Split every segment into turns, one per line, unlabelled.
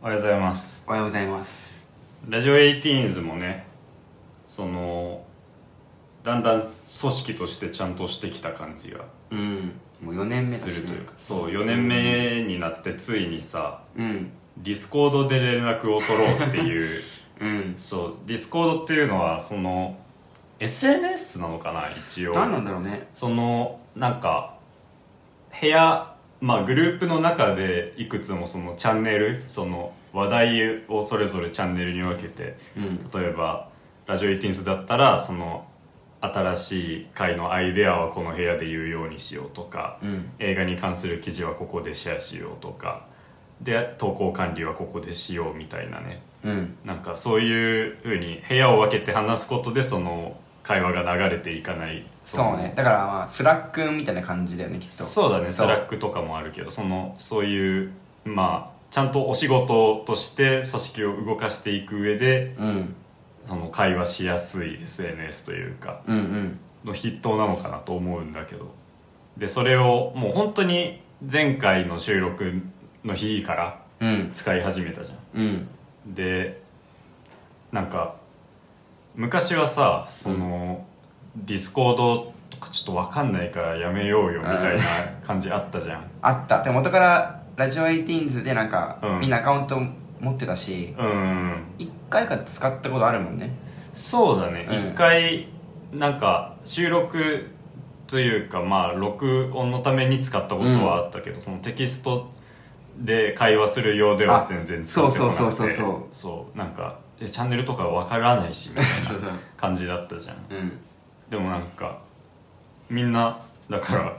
おはようございます
おはようございます
ラジオ18 s もねそのだんだん組織としてちゃんとしてきた感じが
うんもう4年目だ
す
し
るという
ね
かそう4年目になってついにさ
うん
ディスコードで連絡を取ろうって いう
うん
そうディスコードっていうのはその SNS なのかな一応
何なんだろうね
そのなんか部屋まあグループの中でいくつもそのチャンネルその話題をそれぞれチャンネルに分けて
うん
例えばラジオ18スだったらその新しい回のアイデアはこの部屋で言うようにしようとか、
うん
映画に関する記事はここでシェアしようとかで投稿管理はここでしようみたいなね
うん
なんかそういうふうに部屋を分けて話すことでその会話が流れていかない
そう
の
ねだからまあスラックみたいな感じだよねきっと
そうだねス
そう
ラックとかもあるけどそのそういうまあちゃんとお仕事として組織を動かしていく上で
うん
その会話しやすい SNS というか
うんうん
の筆頭なのかなと思うんだけどでそれをもう本当に前回の収録の日から
うん
使い始めたじゃ
うん
んでなんか昔はさその、ディスコードとかちょっと分かんないからやめようよみたいな感じあったじゃん
あったでも元からラジオ18 s でなんか、
うん
みんなアカウント持ってたし
うん
1回か使ったことあるもんね
そうだね
うん
一、回なんか収録というかまあ録音のために使ったことはあったけど、そのテキストで会話するようでは
あ
全然使ってもなくて
そうそうそうそうそう
そうなんかえチャンネルとかわからないしみたいな感じだ ったじゃん
うん
でもなんかみんなだから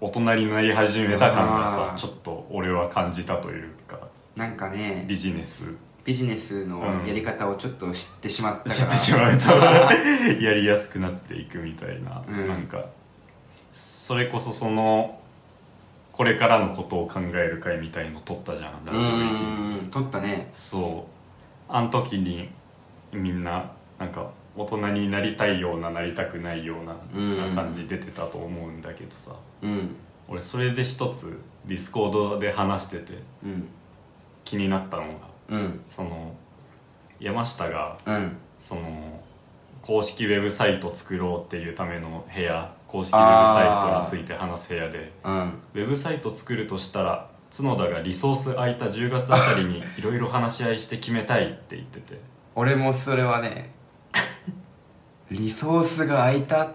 大人になり始めた感がさ
あー
ちょっと俺は感じたというか
なんかね
ビジネス
ビジネスの
うん
やり方をちょっと知ってしまったから
知ってしまう とやりやすくなっていくみたいな、
うん
なんかそれこそそのこれからのことを考える会みたいの撮ったじゃんラジオ18
うん取ったね
そうあの時にみんななんか大人になりたいようななりたくないような,、
うん
な感じ出てたと思うんだけどさ
うん
俺それで一つディスコードで話してて
うん
気になったのが
うん
その山下が
うん
その公式ウェブサイト作ろうっていうための部屋公式ウェブサイトについて話す部屋で
うん
ウェブサイト作るとしたら角田がリソース空いた10月あたりにいろいろ話し合いして決めたいって言ってて
俺もそれはね リソースが空いた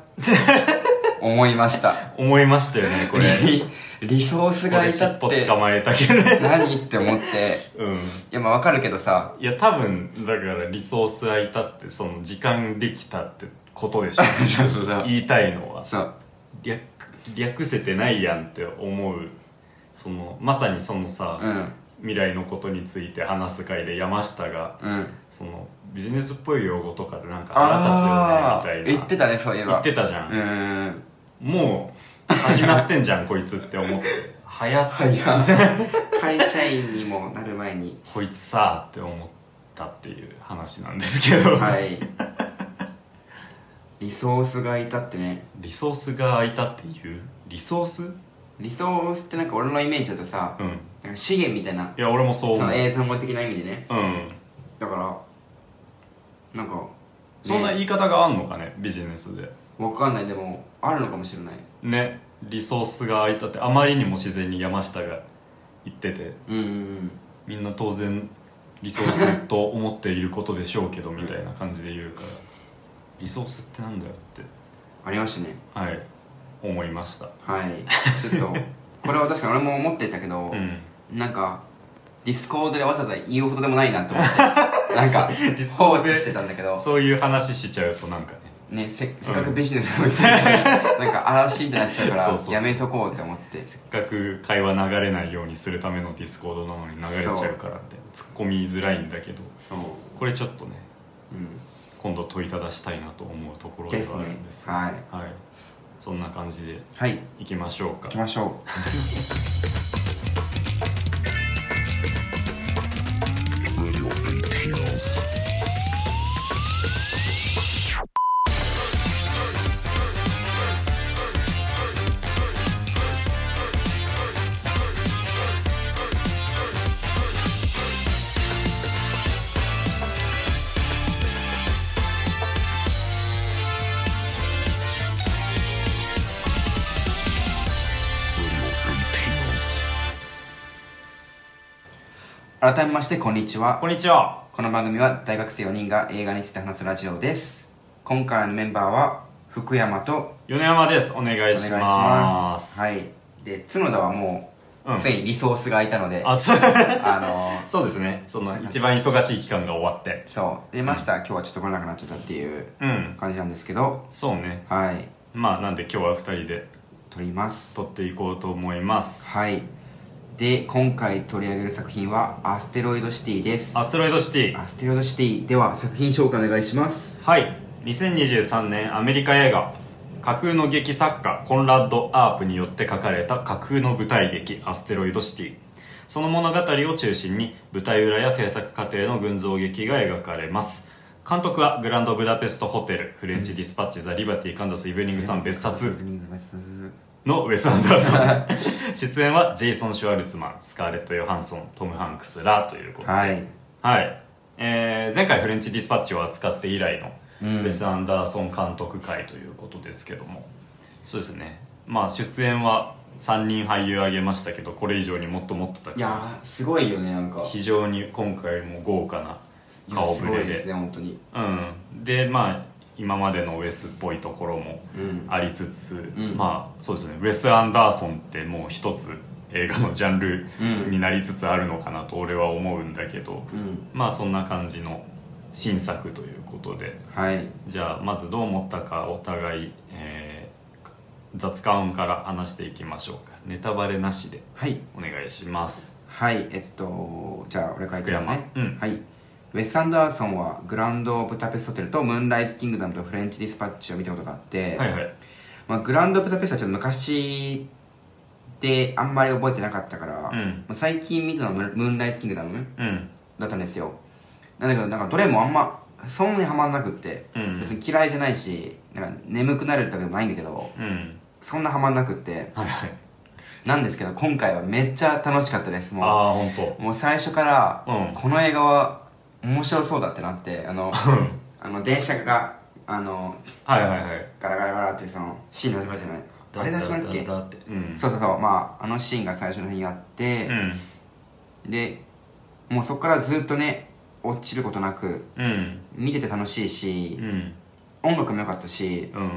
思いました
思いましたよねこれ
リリソースが空
俺
い
尻
たっ
尾捕
て
まえたけどね
何って思って
うん
いやまあわかるけどさ
いや多分だからリソース空いたってその時間できたってことでしょ
そうそう そう
言いたいのは
そう
略略せてないやんって思うそのまさにそのさ、
うん
未来のことについて話す会で山下が
うん
そのビジネスっぽい用語とかでなんか
あ
腹
あ
立つよねみたいな
言ってたねそういえば
言ってたじゃん、
うーん
もう始まってんじゃんこいつって 思って早っ
はいや会社員にもなる 前に
こいつさって思ったっていう話なんですけど、
はいリソースが空いたってね
リソースが空いたっていうリソース
リソースってなんか俺のイメージだとさ、
うん
なんか資源みたいない
や俺もそう
そ
思う
の英単語的な意味でね
うん
だからなんか、ね、
そんな言い方があんのかねビジネスで
わかんないでもあるのかもしれない
ねリソースが空いたってあまりにも自然に山下が言ってて
うんうん
みんな当然リソースと思っていることでしょうけどみたいな感じで言うからリソースってなんだよって
ありましたね
はい思いました
はいちょっとこれは確かに俺も思ってたけど
う、ん
なんかディスコードでわざわざ言うほどでもないなと思って なんか
ディスコ
放
ードで
置してたんだけど
そういう話しちゃうとなんかね
ねせせっかくビジネスのうちに なんか嵐ってなっちゃうか
そうそうそう
らやめとこうって思って
せっかく会話流れないようにするためのディスコードなのに流れちゃうからって突っ込みづらいんだけど
そう
これちょっとね
うん
今度問いただしたいなと思うところで
です
はあ
ね
るんです
はい
はいそんな感じで
はい
いきましょうか
行きましょ
「
改めましてこんにちは
こんにちは
この番組は大学生4人が映画について話すラジオです今回のメンバーは福山と
米山ですお願
お願
い
いし
し
ま
ますす
はいで角田はもう、
うん
ついにリソースが空いたのであ
あそう
の
そうですねその一番忙しい期間が終わって
そう出ました、今日はちょっと来れなくなっちゃったっていう
うん
感じなんですけど
そうね
はい
まあなんで今日は2人で
撮ります
撮っていこうと思います
はいで今回取り上げる作品は「アステロイドシティ」です
アステロイドシティ
アステロイドシティでは作品紹介お願いします
はい2023年アメリカ映画架空の劇作家コンラッド・アープによって書かれた架空の舞台劇「アステロイド・シティ」その物語を中心に舞台裏や制作過程の群像劇が描かれます監督はグランドブダペストホテルフレンチ・ディスパッチ・ザ・リバティ・カンザス・イブニングさん別冊のウェス・アンダーソン出演はジェイソン・シュワルツマンスカーレット・ヨハンソントム・ハンクスらということで
はい
はい、えー前回フレンチディスパッチを扱って以来の
うん
ベス・アンダーソン監督会ということですけども、そうですねまあ出演は3人俳優挙げましたけどこれ以上にもっともっとたく
い
さん
やーすごいよねなんか
非常に今回も豪華ない
や
顔
す
ぶ
ご
れ
い
で
ですね本当に
うん、でまあ今までのウェスっぽいところも
うん
ありつつ、
ん
まあそうですねウェス・アンダーソンってもう一つ映画のジャンル
うん
になりつつあるのかなと俺は思うんだけど、
うん
まあそんな感じの新作ということで
はい
じゃあまずどう思ったかお互い、えー雑感から話していきましょうかネタバレなしで
はい
お願いします
はいえっとじゃあ俺からいきますね、
福山うん
はいウェス・アンダーソンはグランド・ブタペストホテルとムーンライズ・キングダムとフレンチ・ディスパッチを見たことがあって、
はいはい
まあ、グランド・ブタペストはちょっと昔であんまり覚えてなかったから、
うん
まあ最近見たのはムーンムーンライズ・キングダム
うん
だったんですよなんだけどなんかどれもあんまそんなにハマんなくって、
うん
別に嫌いじゃないしなんか眠くなるってわけでもないんだけど
うん
そんなハマんなくって
はいはい
なんですけど今回はめっちゃ楽しかったです
あ
も
あ本当
うもう最初から、
うん
この映画は面白そうだってなってあの あの電車があの
はいはいはい
ガラガラガラってそのシーンの始まりじゃないあれで始まるっけ
だってうん
そうそうそうまああのシーンが最初の日にあって
う、ん
でもうそこからずっとね落ちることなく
うん
見てて楽しいし
う、ん
音楽も良かったし
うんうん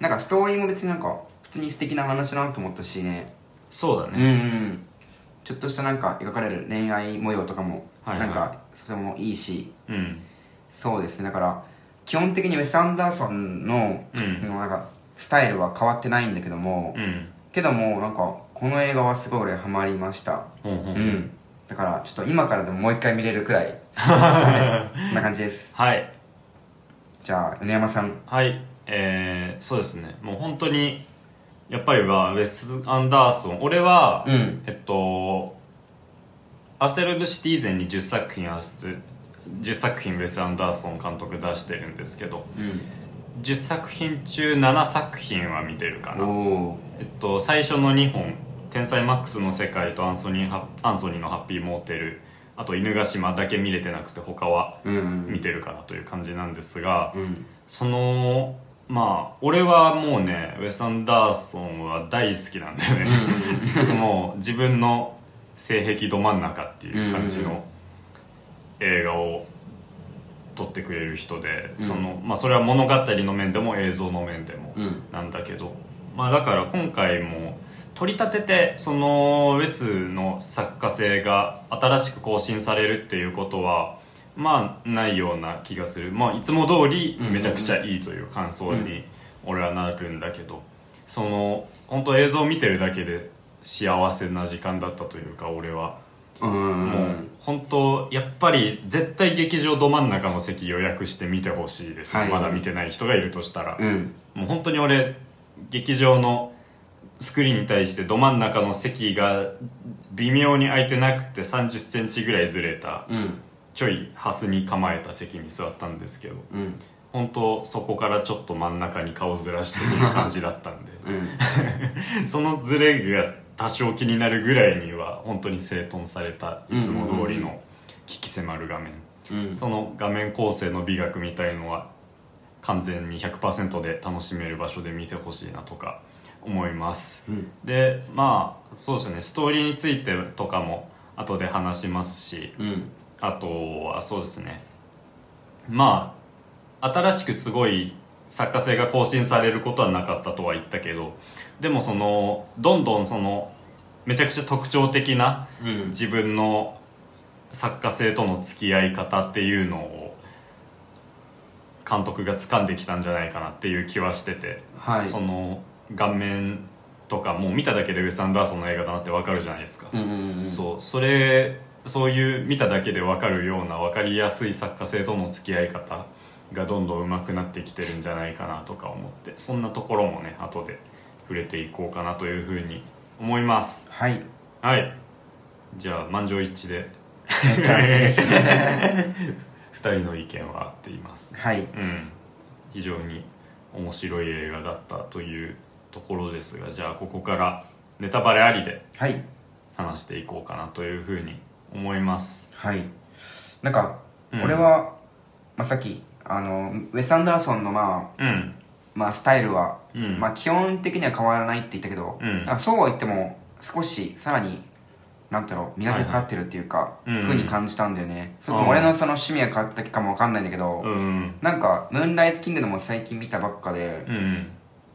なんかストーリーも別になんか普通に素敵な話だなと思ったしね
そうだ
うん、
ね
うん、ちょっとしたなんか描かれる恋愛模様とかも
はいは
ないんかそれもいいし
うん
そうですねだから基本的にウェス・アンダーソンの,、
うん
なんかスタイルは変わってないんだけども、
うん
けどもなんかこの映画はすごい俺ハマりました
ほんほ
うん、
ん
だからちょっと今からでももう一回見れるくらい、 ね、そんな感じです
はい
じゃあ米山さん
はいえー、そうですねもう本当にやっぱりはウェス・アンダーソン俺は、
うん
えっとアステロイド・シティ以前に10作品アステ10作品ウェス・アンダーソン監督出してるんですけど10作品中7作品は見てるか
お
な
お
えっと、最初の2本「天才マックスの世界」とアンソニーハ「アンソニーのハッピーモーテル」あと「犬ヶ島」だけ見れてなくて他は
ーうん
見てるかなという感じなんですが、
うん
そのまあ俺はもうねウェス・アンダーソンは大好きなんだよね もう自分の性癖ど真ん中っていう感じ
うんうん
の映画を撮ってくれる人で、
うん
そのまあ、それは物語の面でも映像の面でも、
うん
なんだけど、まあ、だから今回も取り立ててそのウェスの作家性が新しく更新されるっていうことはまあないような気がする、まあ、いつも通りめちゃくちゃいいという感想に俺はなるんだけど、その本当映像を見てるだけで幸せな時間だったというか俺は。
うん
もう本当やっぱり絶対劇場ど真ん中の席予約して見てほしいですね、
はい
まだ見てない人がいるとしたら、
うん
もう本当に俺劇場のスクリーンに対してど真ん中の席が微妙に空いてなくて3 0ンチぐらいずれた
うん
ちょいハスに構えた席に座ったんですけど
うん
本当そこからちょっと真ん中に顔ずらしてみる感じだったんで
うん
そのずれが多少気になるぐらいには本当に整頓されたいつも通りの鬼気迫る画面
うん
その画面構成の美学みたいのは完全に100%で楽しめる場所で見てほしいなとか思います、
うん
でまあそうですねストーリーについてとかも後で話しますし
うん
あとはそうですねまあ新しくすごい作家性が更新されることはなかったとは言ったけどでもそのどんどんそのめちゃくちゃ特徴的な
うん
自分の作家性との付き合い方っていうのを監督が掴んできたんじゃないかなっていう気はしてて、
はい
その顔面とかもう見ただけでウェス・アンダーソンの映画だなってわかるじゃないですか、
うんうんうん
そうそれそういう見ただけでわかるようなわかりやすい作家性との付き合い方がどんどん上手くなってきてるんじゃないかなとか思ってそんなところもね後で触れていこうかなというふうに思います
はい
はいじゃあ満場一致で
めっちゃ好きですね
2人の意見は合っていますね
はい
うん非常に面白い映画だったというところですがじゃあここからネタバレありで
はい
話していこうかなというふうに思います
はいなんか
うん
俺は、まあ、さっきあのウェス・アンダーソンのまあ
うん
まあスタイルは、
うん
まあ基本的には変わらないって言ったけど、
うん
なんかそうは言っても少しさらになんていうの磨きがかかってるっていうか、
はいはいうん
風に感じたんだよね、それ
あ
と
ー
も俺のその趣味が変わったかもわかんないんだけど、
うん
なんか「ムーンライズ・キング」でも最近見たばっかで、
うん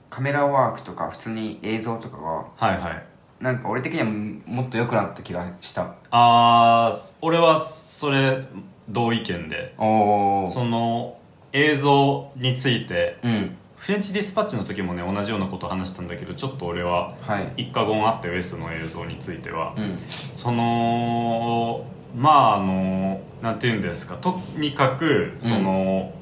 カメラワークとか普通に映像とかが
はいはい
なんか俺的にはもっと良くなった気がした
あー俺はそれ同意見で
おお
その映像について
うん
フレンチディスパッチの時もね同じようなこと話したんだけどちょっと俺は
はい
一過言あってウェスの映像については、
うん
そのまああのなんて言うんですかとにかくその、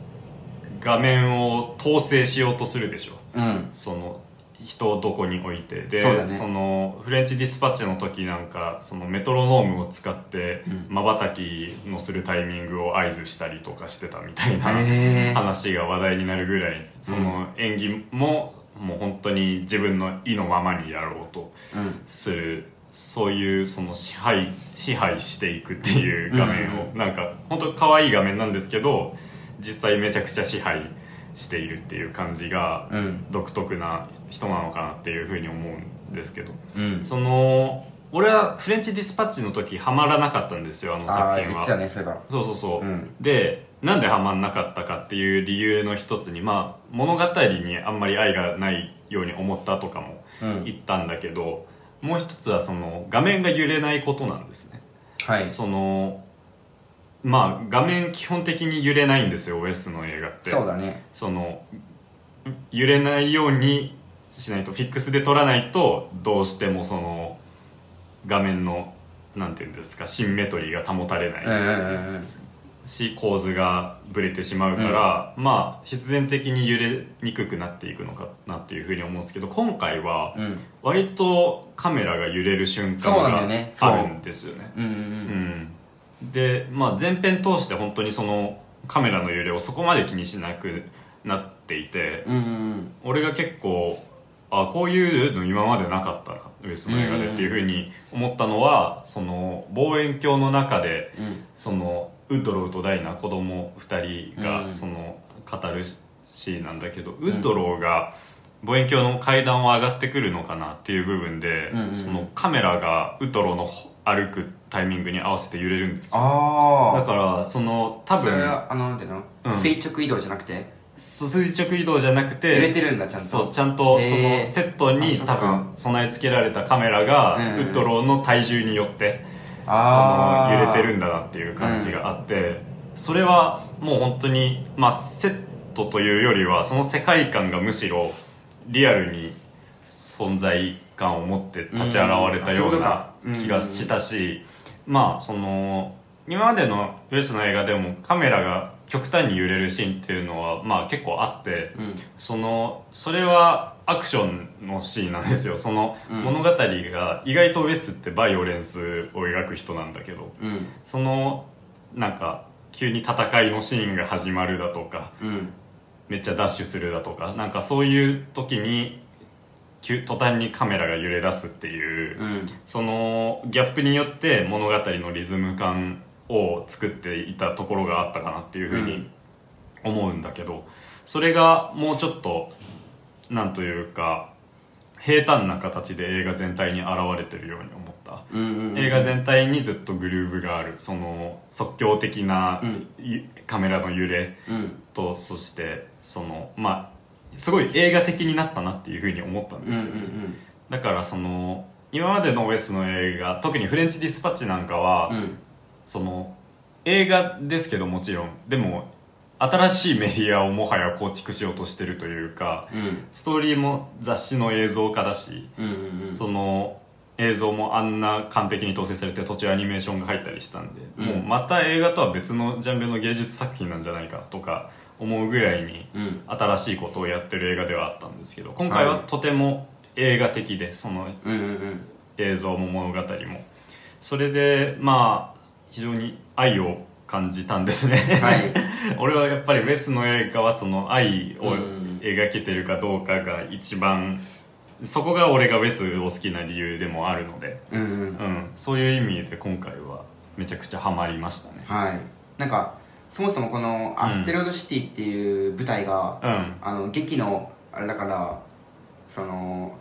画面を統制しようとするでしょ
うん
その人をどこに置いてで
そうだね
のフレンチディスパッチの時なんかそのメトロノームを使って
う
まばたきのするタイミングを合図したりとかしてたみたいな、
へえ
話が話題になるぐらいその演技ももう本当に自分の意のままにやろうと
うん
するそういうその支配支配していくっていう画面を、なんか本当可愛い画面なんですけど実際めちゃくちゃ支配しているっていう感じが
うん
独特な人なのかなっていうふうに思うんですけど
うん
その俺はフレンチディスパッチの時ハマらなかったんですよあの
ああ
作
ー
品
言っ
は
てた。ねそういえば
そうそうそう、
うん
でなんでハマんなかったかっていう理由の一つにまあ物語にあんまり愛がないように思ったとかも
うん
言ったんだけど、もう一つはその画面が揺れないことなんですね、
はい
そのまあ画面基本的に揺れないんですよウエスの映画って
そうだね
その揺れないようにしないとフィックスで撮らないとどうしてもその画面のなんていうんですかシンメトリーが保たれない、
うんうんうんうん
し構図がぶれてしまうから、まあ必然的に揺れにくくなっていくのかなっていうふうに思うんですけど今回は
うん
割とカメラが揺れる瞬間
そうなんだ
が
よねそう
あるんですよね。
うんう
うんんで、まあ、前編通して本当にそのカメラの揺れをそこまで気にしなくなっていて
うんうんうん
俺が結構あこういうの今までなかったなウエスの映画でっていうふうに思ったのはその望遠鏡の中で
うん
そのウッドローとダイナ子供2人
う
が
ん
その語るシーンなんだけど、ウッドローが望遠鏡の階段を上がってくるのかなっていう部分で、
うんうん
そのカメラがウッドローの歩くタイミングに合わせて揺れるんですよ
ああ
だからその多
それ
分
はあのなんていうの、
うん
垂直移動じゃなくて
そ垂直移動じゃなくて
揺れてるんだちゃんと
そうちゃんとそ
へ
の
ー
セット
あ
に
そっ
多
か
分備え付けられたカメラがウ
うんうん
ッドローの体重によって
あ
その
ー
揺れてるんだなっていう感じがあって、それはもう本当にまあセットというよりはその世界観がむしろリアルに存在感を持って立ち現れたような
うんあそういうことかうん
気がしたし、まあその今までのウエスの映画でもカメラが極端に揺れるシーンっていうのはまあ結構あって、
うん
そのそれはアクションのシーンなんですよその
うん
物語が意外とウェスってバイオレンスを描く人なんだけど
うん
そのなんか急に戦いのシーンが始まるだとか
うん
めっちゃダッシュするだとかなんかそういう時に急途端にカメラが揺れ出すっていう
うん
そのギャップによって物語のリズム感を作っていたところがあったかなっていうふう
う
に
ん
思うんだけど、それがもうちょっとなんというか平坦な形で映画全体に現れてるように思った、
うんうんうん
映画全体にずっとグルーヴがあるその即興的な、
うん
いカメラの揺れ
うん
とそしてそのまあすごい映画的になったなっていうふうに思ったん
う
で
ん
すよ、だからその今までのウェスの映画特に「フレンチ・ディスパッチ」なんかは、
うんうん
その映画ですけどもちろんでも新しいメディアをもはや構築しようとしてるというかストーリーも雑誌の映像化だし、
うんうんうん
その映像もあんな完璧に統制されて途中アニメーションが入ったりしたんで、
うん
もうまた映画とは別のジャンルの芸術作品なんじゃないかとか思うぐらいに
うん
新しいことをやってる映画ではあったんですけど今回は
はい
とても映画的でその
うんうん
映像も物語もそれでまあ非常に愛を感じたんですね、
うんはい
俺はやっぱりウェスの映画はその愛を
うん
描けてるかどうかが一番そこが俺がウェスを好きな理由でもあるので、
うんうん
うん、そういう意味で今回はめちゃくちゃハマりましたね
はいなんかそもそもこの「アステロイドシティ」っていう舞台が、
う
あの劇のあれだからその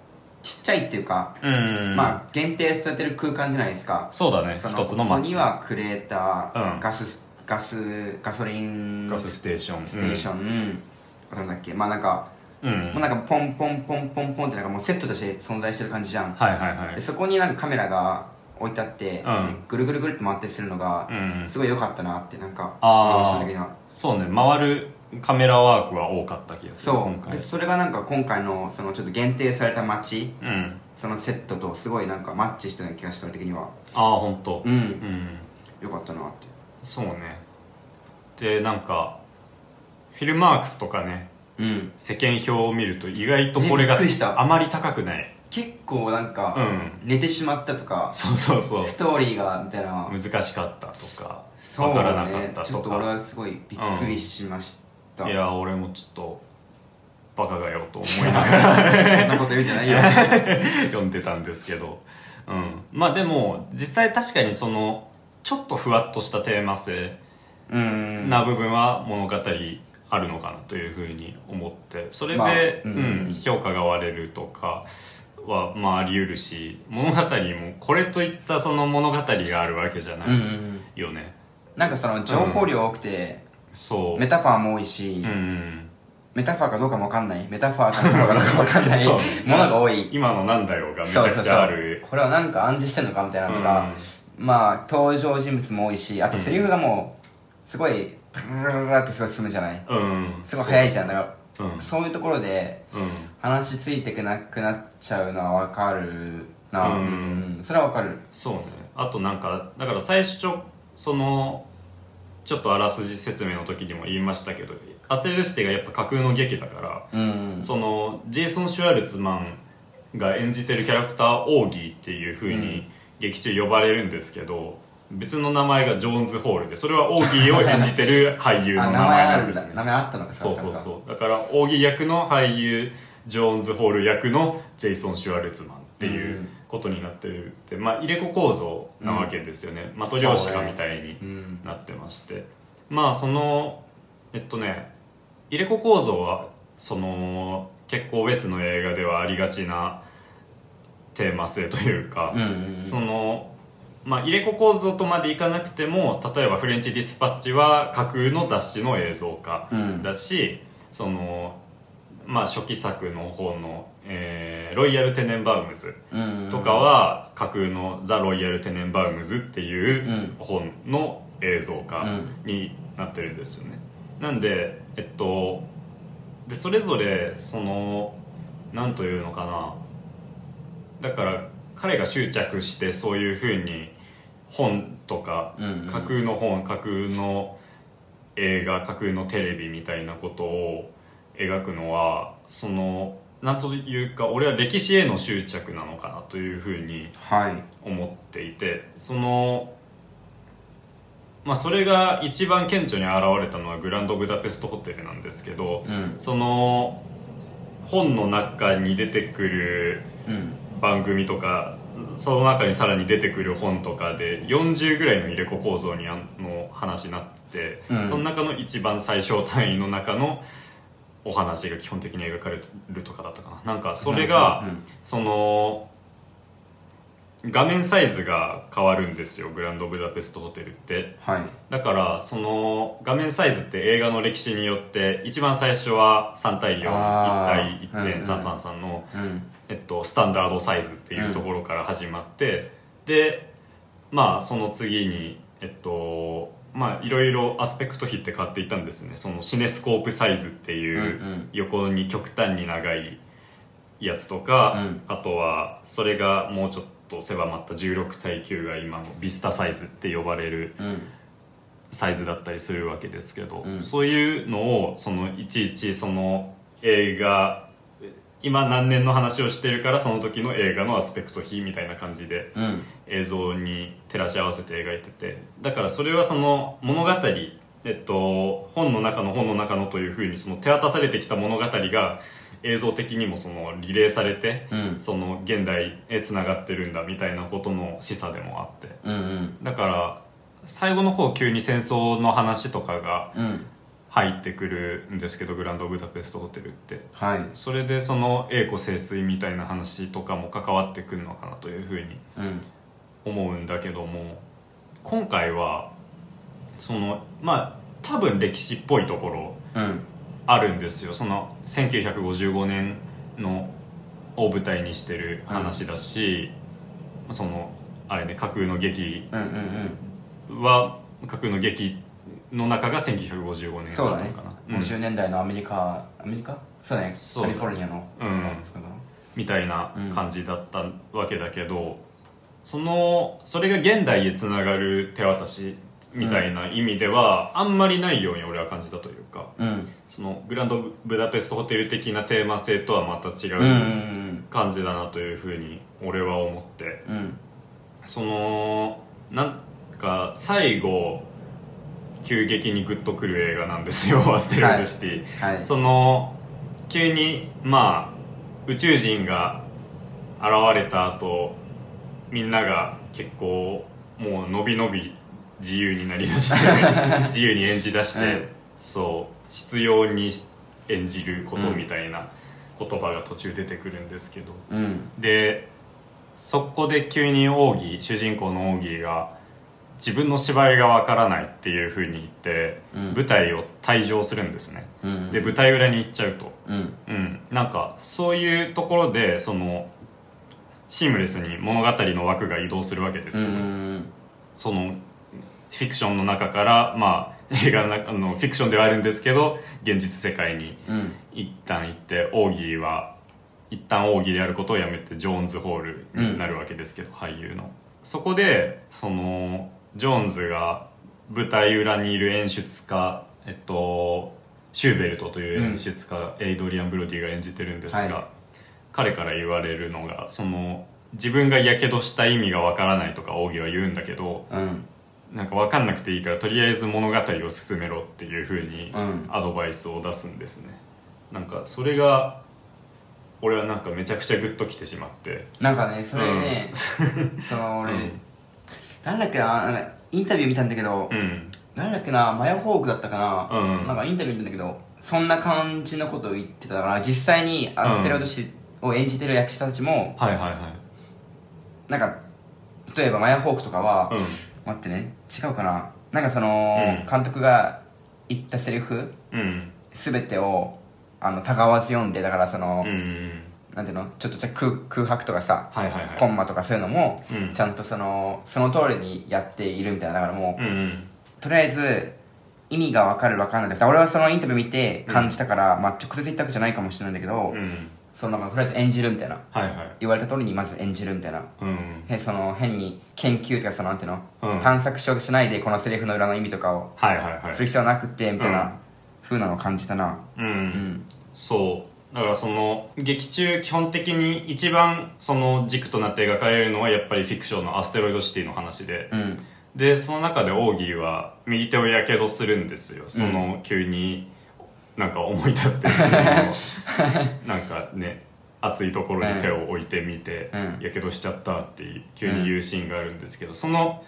ちっちゃいっていうか、
んうん
まあ限定されてる空間じゃないですか
そうだね
そ
一つの
ここ
街
に
ガ
はクレーター、
うん
ガスガスガソリン
スステーション
ステーション、なんだっけまあなんか、
うん、うん
もうなんかポンポンポンポンポンってなんかもうセットとして存在してる感じじゃん、
はいはいは
で
い
そこになんかカメラが置いてあって、
うん
でぐるぐるぐるって回ってするのが、
うん
すごい良かったなってなんか
あー
思いましたけど
そうね回るカメラワークは多かった気がする
そ
今
う
回
でそれがなんか今回のそのちょっと限定された街
うん
そのセットとすごいなんかマッチしたような気がした時には
ああ本当
う
うんん
良かったなって
そうねでなんかフィルマークスとかね
うん
世間表を見ると意外とこれ
ねびっ
が
くりした
あまり高くない
結構なんか、
うん
寝てしまったとか
そうそう そう
ストーリーがみたいな
難しかったとか
そう
分からなかった
ね、ちょ
と
っと俺
か
はすごいびっくりしました、
いや俺もちょっとバカがよと思いながら
そんなこと言うんじゃないよ
読んでたんですけど、うん、まあでも実際確かにそのちょっとふわっとしたテーマ性
うん
な部分は物語あるのかなというふうに思ってそれで、
まあ
う
うん
ん評価が割れるとかはまああり得るし物語もこれといったその物語があるわけじゃな
うんうんう
い
ん
よね、
なんかその情報量多くて、
そう
メタファーも多いし、
うん
メタファーかどうかもわかんないメタファーかどうかもわかんない
そう
ものが多い
今の「なんだよ」がめち
そ
ゃ
う
く
そう
ち
そう
ゃある
これはなんか暗示してんのかみたいなのとか、まあ登場人物も多いしあとセリフがもうすごいプルルルルルってすごい進むじゃない
うん、うん、
すごい早いじゃんだか
そううん
らそういうところで
うん
話ついてくなくなっちゃうのはわかるな
うん
うんそれはわかる
そうねあとなんかだから最初そのちょっとあらすじ説明の時にも言いましたけどアステルシティがやっぱ架空の劇だから、
うん
そのジェイソン・シュワルツマンが演じてるキャラクターオーギーっていう風
う
に劇中呼ばれるんですけど、別の名前がジョーンズ・ホールでそれはオーギーを演じてる俳優
あ
の
名
名
前
前
あ
な
る
ん
ん
で
だ
すね
名前あったのか
そうそう
う
そうだからオーギー役の俳優ジョーンズ・ホール役のジェイソン・シュワルツマンっていううんことになってるって、まあ、入れ子構造なわけですよね、マトリョーシカみたいに
うん
なってまして、まあそのえっとね入れ子構造はその結構ウェスの映画ではありがちなテーマ性というか、
うんうんうん
その、まあ、入れ子構造とまでいかなくても例えば「フレンチ・ディスパッチ」は架空の雑誌の映像化
うん
だし、その、まあ、初期作の方の、えーロイヤル・テネンバウムズ」
うんうん
とかは架空の「ザ・ロイヤル・テネンバウムズ」っていう
う
本の映像化になってるんですよね。なんでえっとでそれぞれその何というのかなだから彼が執着してそういうふうに本とか
うんうん
架空の本架空の映画架空のテレビみたいなことを描くのはそのなんというか俺は歴史への執着なのかなというふうに
はい
思っていてそのまあそれが一番顕著に現れたのはグランドブダペストホテルなんですけど
うん
その本の中に出てくる
うん
番組とかその中にさらに出てくる本とかで40ぐらいの入れ子構造にあの話になってて、
うん
その中の一番最小単位の中のお話が基本的に描かれるとかだったかななんかそれが、
うんうんうん
その画面サイズが変わるんですよグランドブダペストホテルって
はい
だからその画面サイズって映画の歴史によって一番最初は3対
あー
41対1.333の、
うん
えっと、スタンダードサイズっていうところから始まって、でまあその次にえっとまあいろいろアスペクト比って変わっていったんですねそのシネスコープサイズっていう
うんうん
横に極端に長いやつとか、
うん
あとはそれがもうちょっと狭まった16対9が今のビスタサイズって呼ばれる
うん
サイズだったりするわけですけど、
うん
そういうのをそのいちいちその映画今何年の話をしてるからその時の映画のアスペクト比みたいな感じで
うん
映像に照らし合わせて描いててだからそれはその物語えっと本の中の本の中のというふうにその手渡されてきた物語が映像的にもそのリレーされて、
うん
その現代へつながってるんだみたいなことの示唆でもあって
うんうん
だから最後の方急に戦争の話とかが
うん
入ってくるんですけどグランドブダペストホテルって
はい
それでその栄枯盛衰みたいな話とかも関わってくるのかなというふうに
うん
思うんだけども今回はそのまあ多分歴史っぽいところ
うん
あるんですよその1955年のを舞台にしてる話だし、そのあれね架空の劇
うんうん
は架空の劇の中が1955
うん
年だ
そう
っ
だ
たの
ね
かな、うん
50年代のアメリカアメリカそうだね
そうだ
カリ
ね
フォルニアの
うん
そうかな
みたいな感じだったわけだけど、そのそれが現代へつながる手渡しみたいな意味では、あんまりないように俺は感じたというか
うん
そのグランドブダペストホテル的なテーマ性とはまた違
うんうん
う感じだなというふうに俺は思って。
うんうん
そのなんか最後急激にグッとくる映画なんですよ「ア ステロイドシティ」
はい
その急にまあ宇宙人が現れた後みんなが結構もう伸び伸び自由になりだして 自由に演じ出して、
うん
そう執拗に演じることみたいな言葉が途中出てくるんですけど、
うん
でそこで急に奥義主人公の奥義が自分の芝居がわからないっていうふうに言って、
うん
舞台を退場するんですね、
うん
で舞台裏に行っちゃうと
うん
うんなんかそういうところでそのシームレスに物語の枠が移動するわけです
う
けど、
ん
そのフィクションの中からまあ映画の中あのフィクションではあるんですけど現実世界に
うん
一旦行ってオーギーは一旦オーギーでやることをやめてジョーンズホールになるわけですけど、俳優のそこでそのジョーンズが舞台裏にいる演出家えっとシューベルトという演出家、エイドリアン・ブロディが演じてるんですが、
はい
彼から言われるのがその自分がやけどした意味がわからないとかオーギーは言うんだけど
うん
なんかわかんなくていいからとりあえず物語を進めろっていうふうに
うん
アドバイスを出すんですね、なんかそれが俺はなんかめちゃくちゃグッときてしまって
なんかねそれね、その俺、
うん
なんだっけなあのインタビュー見たんだけど、
うん
なんだっけなマヤホークだったかな、
うんうん
なんかインタビュー見たんだけどそんな感じのことを言ってたから実際にアステロイド氏を演じてる役者たちも、
はいはいはい
なんか例えばマヤホークとかは、
うん
待ってね違うかななんかその、
うん
監督が言ったセリフ
うん
全てをあのたがわず読んでだからその、
うんうん
なんていうのちょっとじゃ空空白とかさ、
はいはい
コ
は
ンマとかそういうのも、
うん
ちゃんとそのその通りにやっているみたいなだからも、
いううんうん
とりあえず意味が分かる分かんないだから俺はそのインタビュー見て感じたから、まあ直接言ったわけじゃないかもしれないんだけど、
うん
そのなんかとりあえず演じるみたいな
はいはい
言われた通りにまず演じるみたいな
うん
へその変に研究とかそのなんていうの、
うん
探索しようとしないでこのセリフの裏の意味とかを
はいはいはい
する必要はなくてみたいな、
うん
風なのを感じたな
うん、
うん
そうだからその劇中基本的に一番その軸となって描かれるのはやっぱりフィクションの「アステロイドシティ」の話で、
うん
でその中でオーギーは右手をやけどするんですよその、急になんか思い立っ てそのなんかね熱いところに手を置いてみて
うん
やけどしちゃったっていう急に言うシーンがあるんですけどその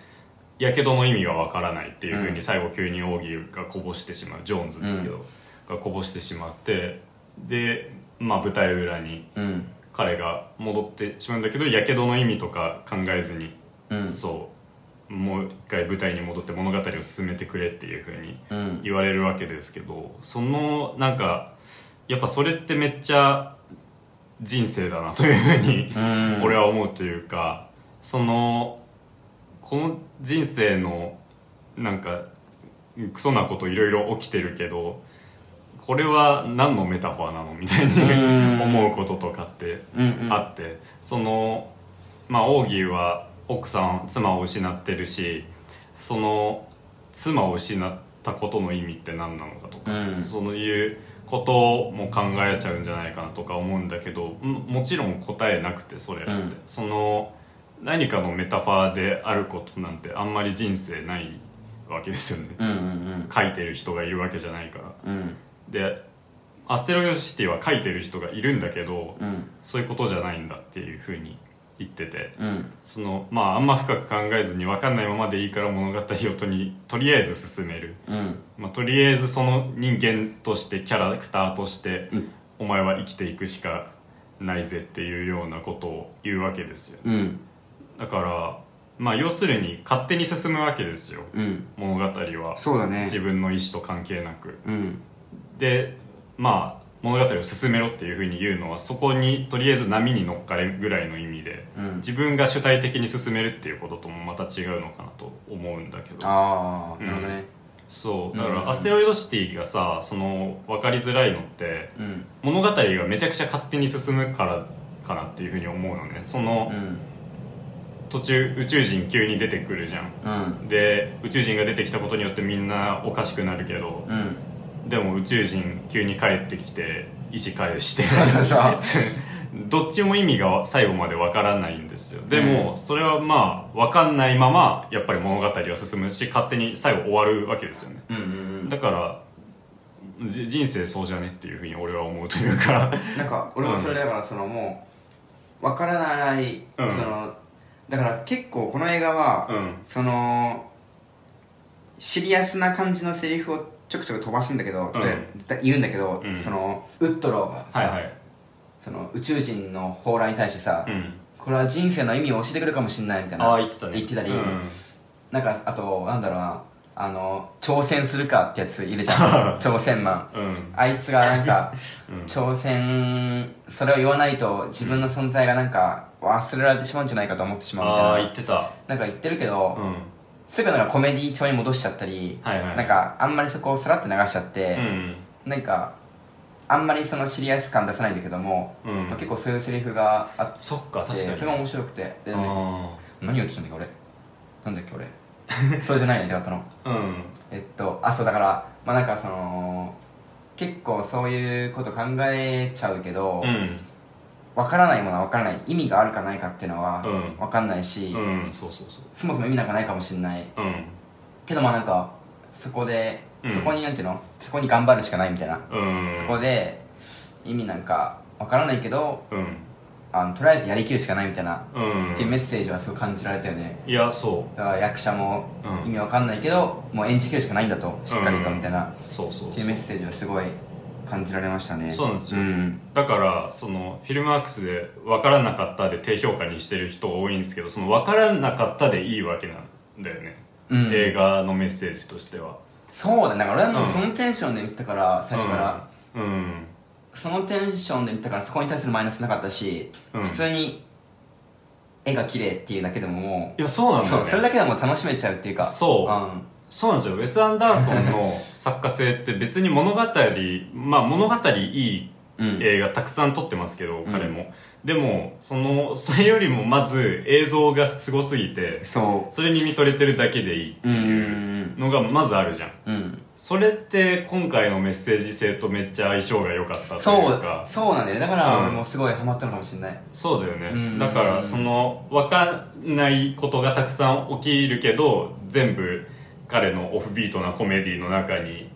やけどの意味がわからないっていうふう
う
に最後急にオーギーがこぼしてしまうジョーンズですけど、がこぼしてしまってで、まあ、舞台裏に
うん
彼が戻ってしまうんだけどやけどの意味とか考えずに、
うん
そうもう一回舞台に戻って物語を進めてくれっていう風に
うん
言われるわけですけどそのなんかやっぱそれってめっちゃ人生だなというふうに
うん
俺は思うというかそのこの人生のなんかクソなこといろいろ起きてるけどこれは何のメタファーなのみたいに思うこととかって
うんうん
あってそのまあオーギーは奥さん妻を失ってるしその妻を失ったことの意味って何なのかとか、
うん
そういうことも考えちゃうんじゃないかなとか思うんだけどももちろん答えなくてそれらって、
うん
その何かのメタファーであることなんてあんまり人生ないわけですよね、
うんうん
書いてる人がいるわけじゃないから
うんうん
でアステロイドシティは書いてる人がいるんだけど、
うん
そういうことじゃないんだっていうふうに言ってて
うん
そのまああんま深く考えずに分かんないままでいいから物語をとにとりあえず進める、
うん
まあ、とりあえずその人間としてキャラクターとして、
うん
お前は生きていくしかないぜっていうようなことを言うわけですよ
うん
だからまあ要するに勝手に進むわけですよ
うん
物語は
そうだね
自分の意思と関係なく
うん
でまあ物語を進めろっていうふうに言うのはそこにとりあえず波に乗っかれぐらいの意味で、
うん
自分が主体的に進めるっていうことともまた違うのかなと思うんだけど
ああなるほどね
そうだか
うん
らアステロイドシティがさその分かりづらいのって
うん
物語がめちゃくちゃ勝手に進むからかなっていうふうに思うのねその、
うん
途中宇宙人急に出てくるじゃん
うん
で宇宙人が出てきたことによってみんなおかしくなるけど、
うん
でも宇宙人急に帰ってき て意思返して
そう
どっちも意味が最後までわからないんですよでもそれはまあわかんないままやっぱり物語は進むし勝手に最後終わるわけですよね
うんうん
だからじ人生そうじゃねっていうふうに俺は思うというか
なんか俺もそれだからそのもうわからない、
うん
そのだから結構この映画は、
うん
そのシリアスな感じのセリフをちょくちょく飛ばすんだけど、
うん
例えば言うんだけど、
うん
そのウッドローが さ、
はいはい
その宇宙人の崩乱に対してさ、
うん
これは人生の意味を教えてくるかもしれないみたいな
ああ言ってたね
言ってたり、
うん
なんかあとなんだろうなあの挑戦するかってやついる じゃん挑戦マン
うん
あいつがなんか、
うん
挑戦それを言わないと自分の存在がなんか忘れられてしまうんじゃないかと思ってしまうみ
ああ
たい
言ってた
ななんか言ってるけ
う
ど、
ん
すぐなんかコメディ調に戻しちゃったり、
はいはい
なんかあんまりそこをさらって流しちゃっ
う
て、
ん
なんかあんまりそのシリアス感出さないんだけども、
うん
まあ結構そういうセリフがあっ
そっか
て
確かに
それが面白くてで何
あ
を言ってたんだっけ俺なんだっけ俺そうじゃないねだったの
あうん
えっとあそうだからまあなんかその結構そういうこと考えちゃうけど、
うん
わからないものはわからない意味があるかないかっていうのは
うん
わかんないし、
うんそうそうそ
そもそも意味なんかないかもしれないう
うん
けどまあなんかそこで、
うん
そこになんていうのそこに頑張るしかないみたいな、
うん
そこで意味なんかわからないけど
うん
あのとりあえずやりきるしかないみたいな、
うん
っていうメッセージはすごい感じられたよね
いやそ
だから役者も
うん
意味わかんないけど、もう演じきるしかないんだと
う
しっかりと
うん
みたいな、
そうそう
っていうメッセージはすごい感じられましたね
そうなんですよ
ん
だからそのフィルマークスで「分からなかった」で低評価にしてる人多いんですけどその「分からなかった」でいいわけなんだよね、
うん
映画のメッセージとしては
そうだねだから俺はもううんそのテンションで見てたから最初から、
うん、うん
そのテンションで見たからそこに対するマイナスなかったし、
うん
普通に絵が綺麗っていうだけでもも
いやそう
う
なんだよ
そう
ね
それだけでも楽しめちゃうっていうか
そう
うん
そうなんですよウェス・アンダーソンの作家性って別に物語まあ物語いい
うん
映画たくさん撮ってますけど、彼もでもそのそれよりもまず映像がすごすぎて
そ
それに見とれてるだけでいいって
ううん
いうのがまずあるじゃん
うんうん
それって今回のメッセージ性とめっちゃ相性が良かったと
そ
いううか
そうなんだよねだから
うん
俺もすごいハマったのかもしれない
そうだよね、
うん
だからその分かんないことがたくさん起きるけど全部彼のオフビートなコメディの中に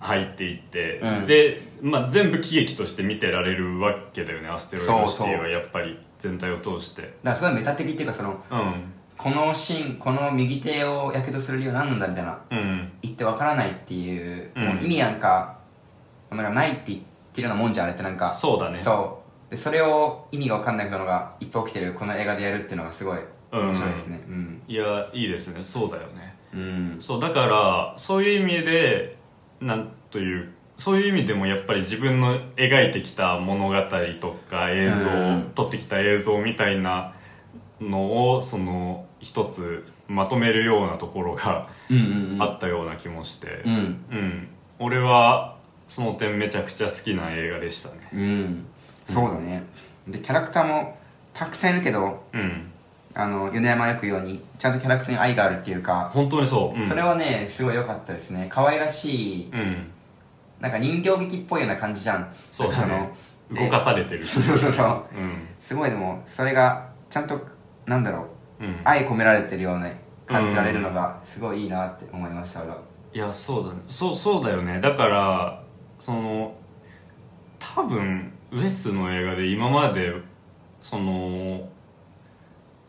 入っていって、
うん
で、まあ、全部喜劇として見てられるわけだよねアステロイドシティ
そうそ
は
う
やっぱり全体を通して
だからすごいメタ的っていうかその
うん
このシーンこの右手をやけどする理由は何なんだみたいな
うん
言ってわからないっていう、
うん
もう意味なんかものがないって言ってるようなもんじゃんあれってなんか
そうだね
そうでそれを意味が分かんないことがいっぱい起きてるこの映画でやるっていうのがすごい面白いですねうん
いやいいですねそうだよね
うん
そうだからそういう意味でなんというそういう意味でもやっぱり自分の描いてきた物語とか映像、
うん
撮ってきた映像みたいなのをその一つまとめるようなところが
うんうんうん
あったような気もして
うん
うん、俺はその点めちゃくちゃ好きな映画でしたね
うんそうだねでキャラクターもたくさんいるけど
うん
あの米山がよく言うようにちゃんとキャラクターに愛があるっていうか、
本当にそう、うん、
それはねすごい良かったですね可愛らしい
うん
なんか人形劇っぽいような感じじゃん
そうだ
なん
ね
かその
動かされてるし
そうそうそう
うん
すごいでもそれがちゃんとなんだろう
うん
愛込められてるような感じられるのがすごいいいなって思いました俺はい
やそうだねそうそうだよねだからその多分ウエスの映画で今までその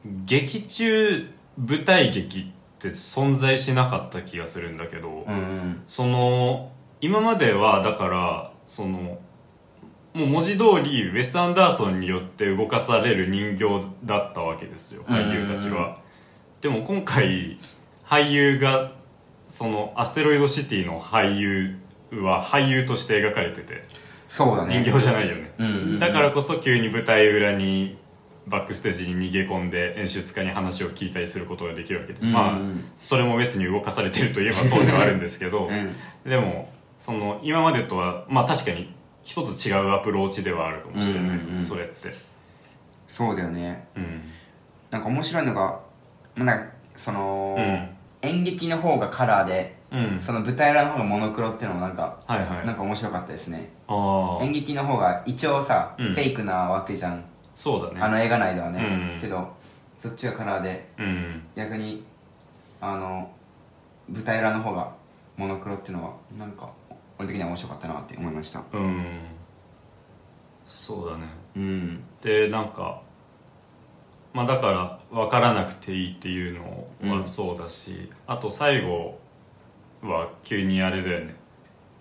劇中舞台劇って存在しなかった気がするんだけど、
うんうん
その今まではだからそのもう文字通りウェス・アンダーソンによって動かされる人形だったわけですよ
うん
俳優たちは。でも今回俳優がそのアステロイドシティの俳優は俳優として描かれてて
そうだね
人形じゃないよね。
うんうんうん
だからこそ急に舞台裏にバックステージに逃げ込んで演出家に話を聞いたりすることができるわけで、
うんうん
まあそれもウェスに動かされてるといえばそうではあるんですけど、
うん
でもその今までとはまあ確かに一つ違うアプローチではあるかもしれない、
うんうんうん
それって
そうだよね
うん
なんか面白いのがまあなんかその、
うん
演劇の方がカラーで
うん
その舞台裏の方がモノクロっていうのもなんか、
はいはい
なん
あ
か面白かったですね
あ
演
ー
劇の方が一応さ、
うん
フェイクなわけじゃん、
そうだ
あ
ね
の映画内ではね、
うんうん
けどそっちがカラーで
うん
逆にあの舞台裏の方がモノクロっていうのはなんか俺的には面白かったなって思いました
うんそうだね
うん
でなんかまあだから分からなくていいっていうのはそうだし、あと最後は急にあれだよね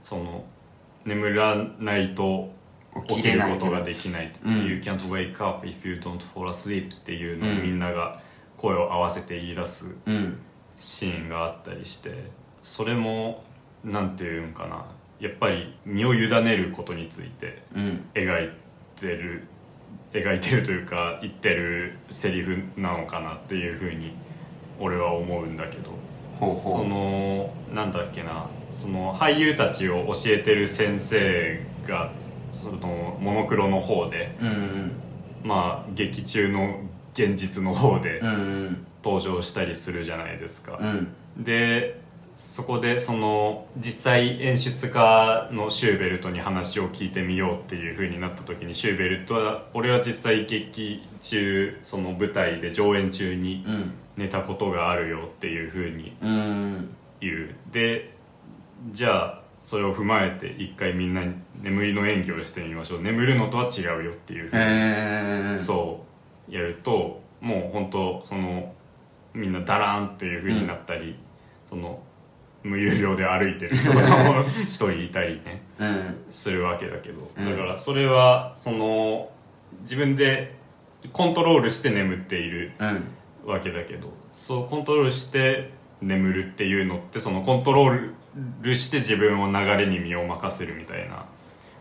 その眠らないと起きることができないっていう「You can't wake up if you don't fall asleep」っていうのを
うん
みんなが声を合わせて言い出す
うん
シーンがあったりしてそれもなんていうんかなやっぱり身を委ねることについて
うん
描いてる描いてるというか言ってるセリフなのかなっていうふうに俺は思うんだけど
ほうほう
そのなんだっけなその俳優たちを教えてる先生がそのモノクロの方で
うんうん
まあ劇中の現実の方で
うんうん
登場したりするじゃないですか。
うん
でそこでその実際演出家のシューベルトに話を聞いてみようっていう風になった時にシューベルトは俺は実際劇中その舞台で上演中に
うん
寝たことがあるよっていう風に
うん
言うでじゃあそれを踏まえて一回みんなに眠りの演技をしてみましょう眠るのとは違うよっていう風に
えー、
そうやるともう本当そのみんなダラーンっていう風になったり、その無有料で歩いてる人とかも一人いたりね
うん
するわけだけど
うん
だからそれはその自分でコントロールして眠っている
うん
わけだけどそうコントロールして眠るっていうのってそのコントロールして自分を流れに身を任せるみたいな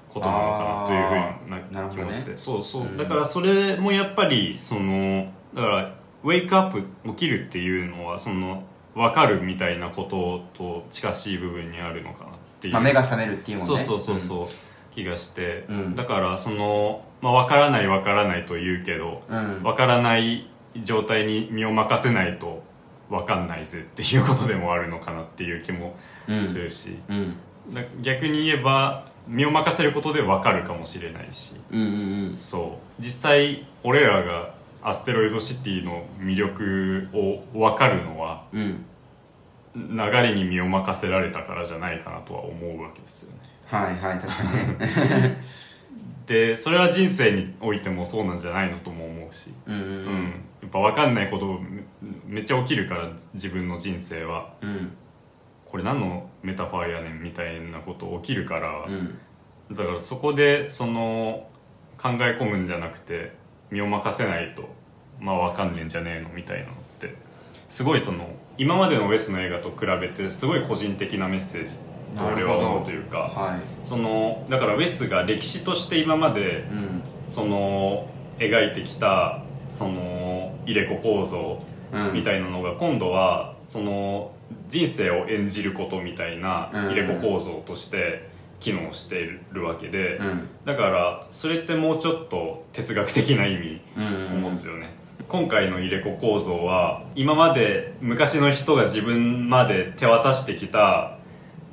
ことなのかなというふう
あーな
な
る
気
ほどね
もして、そうそう、
うん
だからそれもやっぱりそのだからウェイクアップ起きるっていうのはその分かるみたいなことと近しい部分にあるのかなっていう、
まあ目が覚めるっていうもんね
そうそうそうそう、気がして、
うん
だからその、まあ、分からない分からないと言うけど、
うん、うん、
わからない状態に身を任せないとわかんないぜっていうことでもあるのかなっていう気もするし、
うん
だ逆に言えば身を任せることでわかるかもしれないし
うんうんうん
そう実際俺らがアステロイドシティの魅力をわかるのは
うん
流れに身を任せられたからじゃないかなとは思うわけですよね。
はいはい確かにね
でそれは人生においてもそうなんじゃないのとも思うし。
うんうん
うん、やっぱ分かんないことめめっちゃ起きるから自分の人生は
うん
これ何のメタファーやねんみたいなこと起きるから、
うん
だからそこでその考え込むんじゃなくて身を任せないとまあわかんねえんじゃねえのみたいなのってすごいその今までのウェスの映画と比べてすごい個人的なメッセージと俺は思うというか
は
そのだからウェスが歴史として今まで
いうん
その描いてきたそのイレコ構造
うん
みたいなのが今度はその人生を演じることみたいな
うん
入れ子構造として機能しているわけで、
うん
だからそれってもうちょっと哲学的な意味を持つよね、今回の入れ子構造は今まで昔の人が自分まで手渡してきた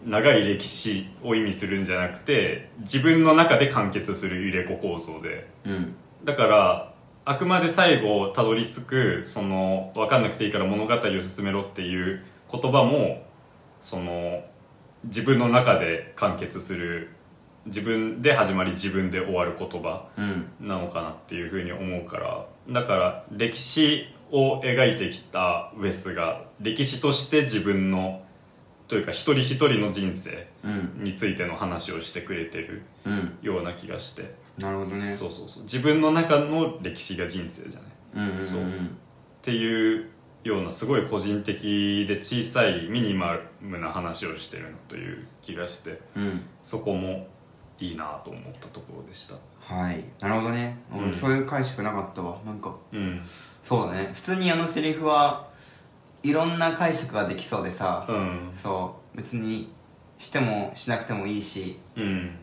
長い歴史を意味するんじゃなくて自分の中で完結する入れ子構造で
うん
だからあくまで最後たどり着くその分かんなくていいから物語を進めろっていう言葉もその自分の中で完結する自分で始まり自分で終わる言葉
うん
なのかなっていうふうに思うからだから歴史を描いてきたウェスが歴史として自分のというか一人一人の人生
うん
についての話をしてくれてる
うん
ような気がして。
なるほどね
そうそうそう自分の中の歴史が人生じゃないっ
うんうんうん
そうていうようなすごい個人的で小さいミニマムな話をしてるなという気がして
うん
そこもいいなと思ったところでした
はいなるほどね俺、
うん
そういう解釈なかったわなんか
うん
そうだね普通にあのセリフはいろんな解釈ができそうでさ、
うん
そう別にしてもしなくてもいいし
うん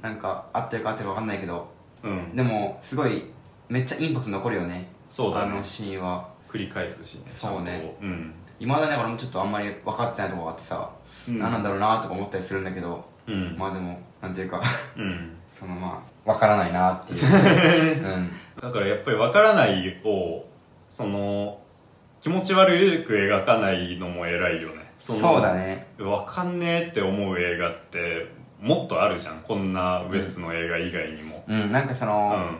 なんか合ってるか合ってるか分かんないけど
うん
でもすごいめっちゃインパクト残るよね
そうだ
あ
ね
のシーンは
繰り返すしね
そうね
ちゃんとうん
いまだにね俺もちょっとあんまり分かってないとこがあってさ、
うん
何なんだろうなとか思ったりするんだけど
うん
まあでもなんていうか
うん
そのまあ分からないなって いう、うん、
だからやっぱり分からないをその気持ち悪く描かないのも偉いよねそ
そ
の
うだね
わかんねえって思う映画ってもっとあるじゃんこんなウエスの映画以外にも
うんなんかそうの、
ん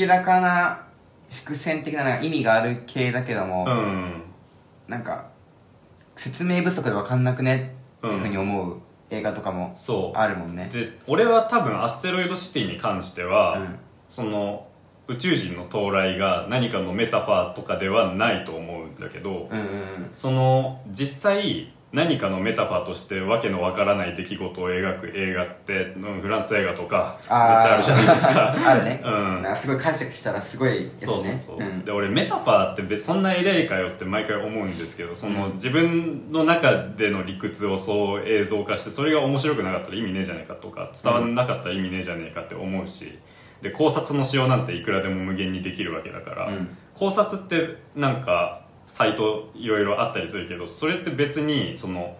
明らかな伏線的ななんか意味がある系だけども、
うん
なんか説明不足で分かんなくねっていうふうに思う映画とかも
そう
あるもんね
で俺は多分アステロイドシティに関しては、
うん
その宇宙人の到来が何かのメタファーとかではないと思うんだけど、
うんうんうん
その実際何かのメタファーとしてわけのわからない出来事を描く映画ってうんフランス映画とかめっち
あー
ゃあるじゃないですか
あるね、
うん
なんかすごい解釈したらすごいやつね
そうそうそう、
ん
で俺メタファーって別そんな異例かよって毎回思うんですけどその、
うん
自分の中での理屈をそう映像化してそれが面白くなかったら意味ねえじゃねえかとか伝わんなかったら意味ねえじゃねえかって思うしで考察のしようなんていくらでも無限にできるわけだから、
うん
考察ってなんかサイトいろいろあったりするけどそれって別にその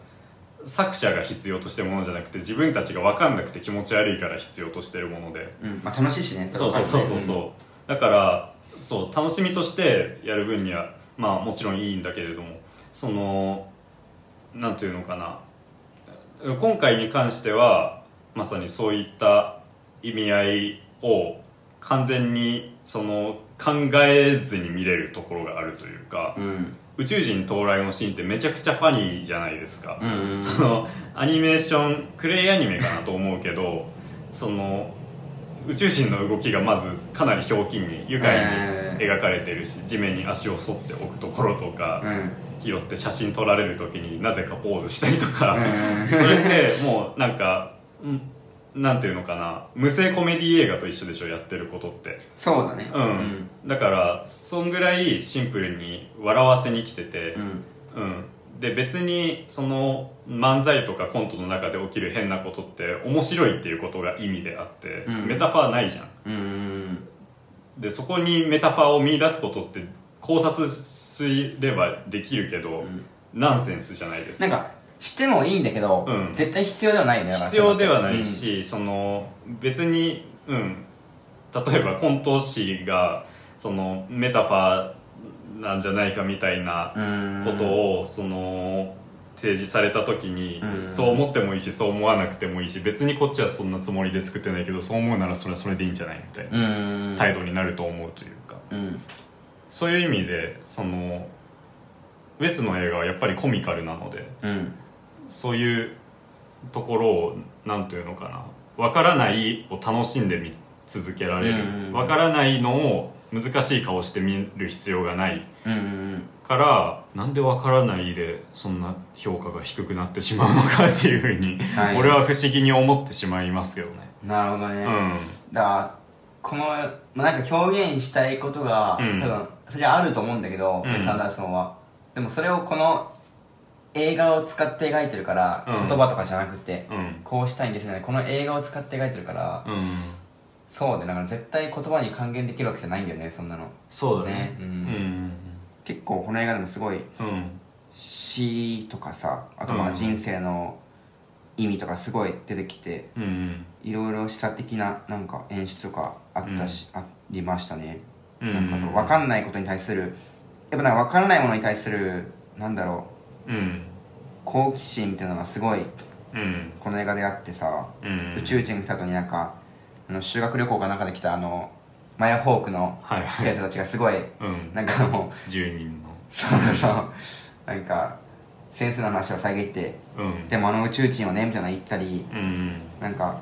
作者が必要としてるものじゃなくて自分たちが分かんなくて気持ち悪いから必要としてるもので。
うんまあ、楽しいしね
そうそうそうそうそうう、だからそう楽しみとしてやる分にはまあもちろんいいんだけれどもそのなんていうのかな今回に関してはまさにそういった意味合いを完全にその考えずに見れるところがあるというか、
うんうん
宇宙人到来のシーンってめちゃくちゃファニーじゃないですか、
うんうんうん
そのアニメーションクレイアニメかなと思うけどその宇宙人の動きがまずかなりひょうきんに愉快に描かれてるし、地面に足を反っておくところとか、拾って写真撮られる時になぜかポーズしたりとか、
うん
それでもうなんかんなんていうのかな無声コメディ映画と一緒でしょやってることって。
そうだね
うんだからそんぐらいシンプルに笑わせに来てて、
うん
うん、で別にその漫才とかコントの中で起きる変なことって面白いっていうことが意味であって、
うん
メタファーないじゃん
うんうん
でそこにメタファーを見出すことって考察すればできるけど、
ん
ナンセンスじゃないです
なんかしてもいいんだけど、
うん
絶対必要ではないよねだから
必要ではないし、その別に、うん、例えばコント師がそのメタファーなんじゃないかみたいな
うん
ことをその提示された時に
うん
そう思ってもいいしそう思わなくてもいいし別にこっちはそんなつもりで作ってないけどそう思うならそれはそれでいいんじゃないみたいな
うん
態度になると思うというか
うん
そういう意味でそのウェスの映画はやっぱりコミカルなので
うん
そういうところを何というのかなわからないを楽しんで見続けられる
うんうんうん
わからないのを難しい顔して見る必要がない
うんうん
からなんでわからないでそんな評価が低くなってしまうのかっていうふうに、
はい
俺は不思議に思ってしまいますよね。
うんなるほどね、
うん
だからこの、まあ、なんか表現したいことが、
うん
多分それはあると思うんだけど、
うん
ウェス・アンダーソンはでもそれをこの映画を使って描いてるから、
うん
言葉とかじゃなくて、
うん
こうしたいんですよねこの映画を使って描いてるから、
うん
そうでだから絶対言葉に還元できるわけじゃないんだよねそんなの
そうだね
ねうん
うん
結構この映画でもすごい
うん
詩とかさあとま
う
あ
ん
人生の意味とかすごい出てきて、
うんうん
いろいろ示唆的ななんか演出とかあったし、ありましたね、
うん
なんか分かんないことに対するやっぱなんか分からないものに対するなんだろ
うん
う好奇心みたいなのがすごい
うん
この映画であってさ、
うん
宇宙人が来た後になんかあの修学旅行かなんかで来たあのマヤホークの
はいはい
生徒たちがすごい
うん
なんかもう
10人の
そうそうなんか先生の話を遮って
うん
でもあの宇宙人はねみたいなの言ったり
うん
なんか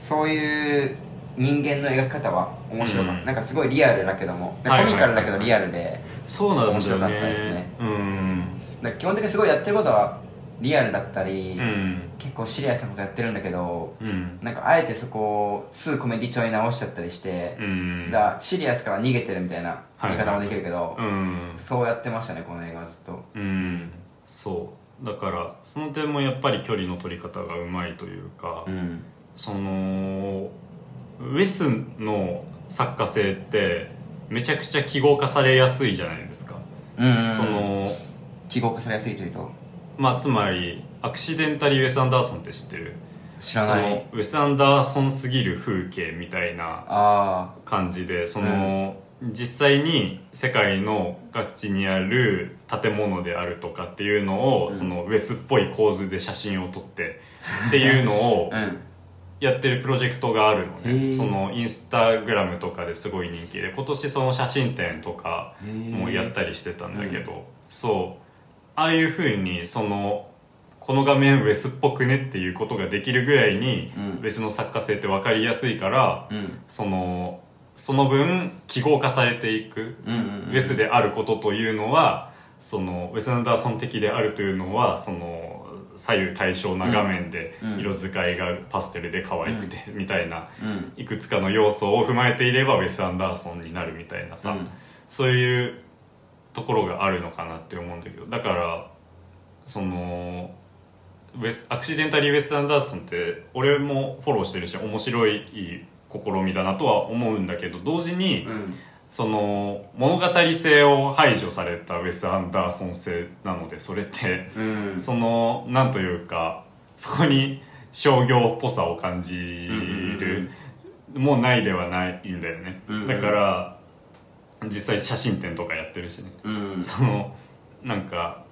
そういう人間の描き方は面白かった、
うん
なんかすごいリアルだけども
はいはい
コミカルだけどリアルで、
そうなんだよね
面白かったですね
うん
なんか基本的にすごいやってることはリアルだったり、
うん
結構シリアスなことやってるんだけど
うん
なんかあえてそこをすぐコメディ調に直しちゃったりして
う、ん
だからシリアスから逃げてるみたいな言い方もできるけど、
うん
そうやってましたねこの映画はずっと
うんそうだからその点もやっぱり距離の取り方がうまいというか、
うん
そのウェスの作家性ってめちゃくちゃ記号化されやすいじゃないですか、
うん
その
記号化されやすいというと
まあつまりアクシデンタリー・ウェス・アンダーソンって知ってる
知らな
そ
い
のウェス・アンダーソンすぎる風景みたいな
あ
感じでその、実際に世界の各地にある建物であるとかっていうのを、そのウェスっぽい構図で写真を撮ってっていうのを
あうん
やってるプロジェクトがあるので、
へー
そのインスタグラムとかですごい人気で今年その写真展とか
へー
もやったりしてたんだけど、そうああいうふうにそのこの画面ウェスっぽくねっていうことができるぐらいに、
うん
ウェスの作家性って分かりやすいから
うん
そのその分記号化されていく、
うんうんうん
ウェスであることというのはそのウェス・アンダーソン的であるというのはその左右対称な画面で
うん
色使いがパステルで可愛くて、みたいな
うん
いくつかの要素を踏まえていればウェス・アンダーソンになるみたいなさ、
うん
そういうところがあるのかなって思うんだけどだからそのウェスアクシデンタリー・ウェス・アンダーソンって俺もフォローしてるし面白いいい試みだなとは思うんだけど同時に、
うん
その物語性を排除されたウェス・アンダーソン性なのでそれって、
うん
そのなんというかそこに商業っぽさを感じる、もうないではないんだよね、
うんうん
だから実際写真展とかやってるしね、
うん
そのなんか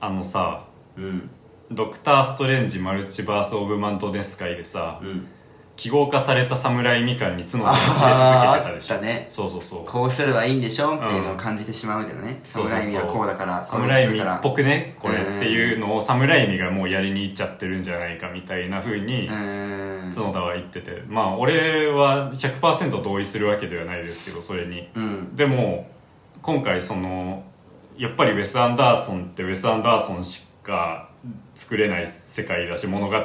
あのさ
うん
「ドクター・ストレンジ・マルチバース・オブ・マント・デスカイ」でさ、
うん
記号化された侍みかんに角が切れ続けてたでし
あ
ょ
ーあったね
そうそうそう
こうすればいいんでしょっていうのを感じてしまうみたいなね
そうそう
侍にはこうだから
サムライミっぽ
く
くねこれ
うん
っていうのをサムライミがもうやりに行っちゃってるんじゃないかみたいな風に
うーん
角田は言っててまあ俺は100%同意するわけではないですけどそれに
うん
でも今回そのやっぱりウェス・アンダーソンってウェス・アンダーソンしか作れない世界だし物語があっ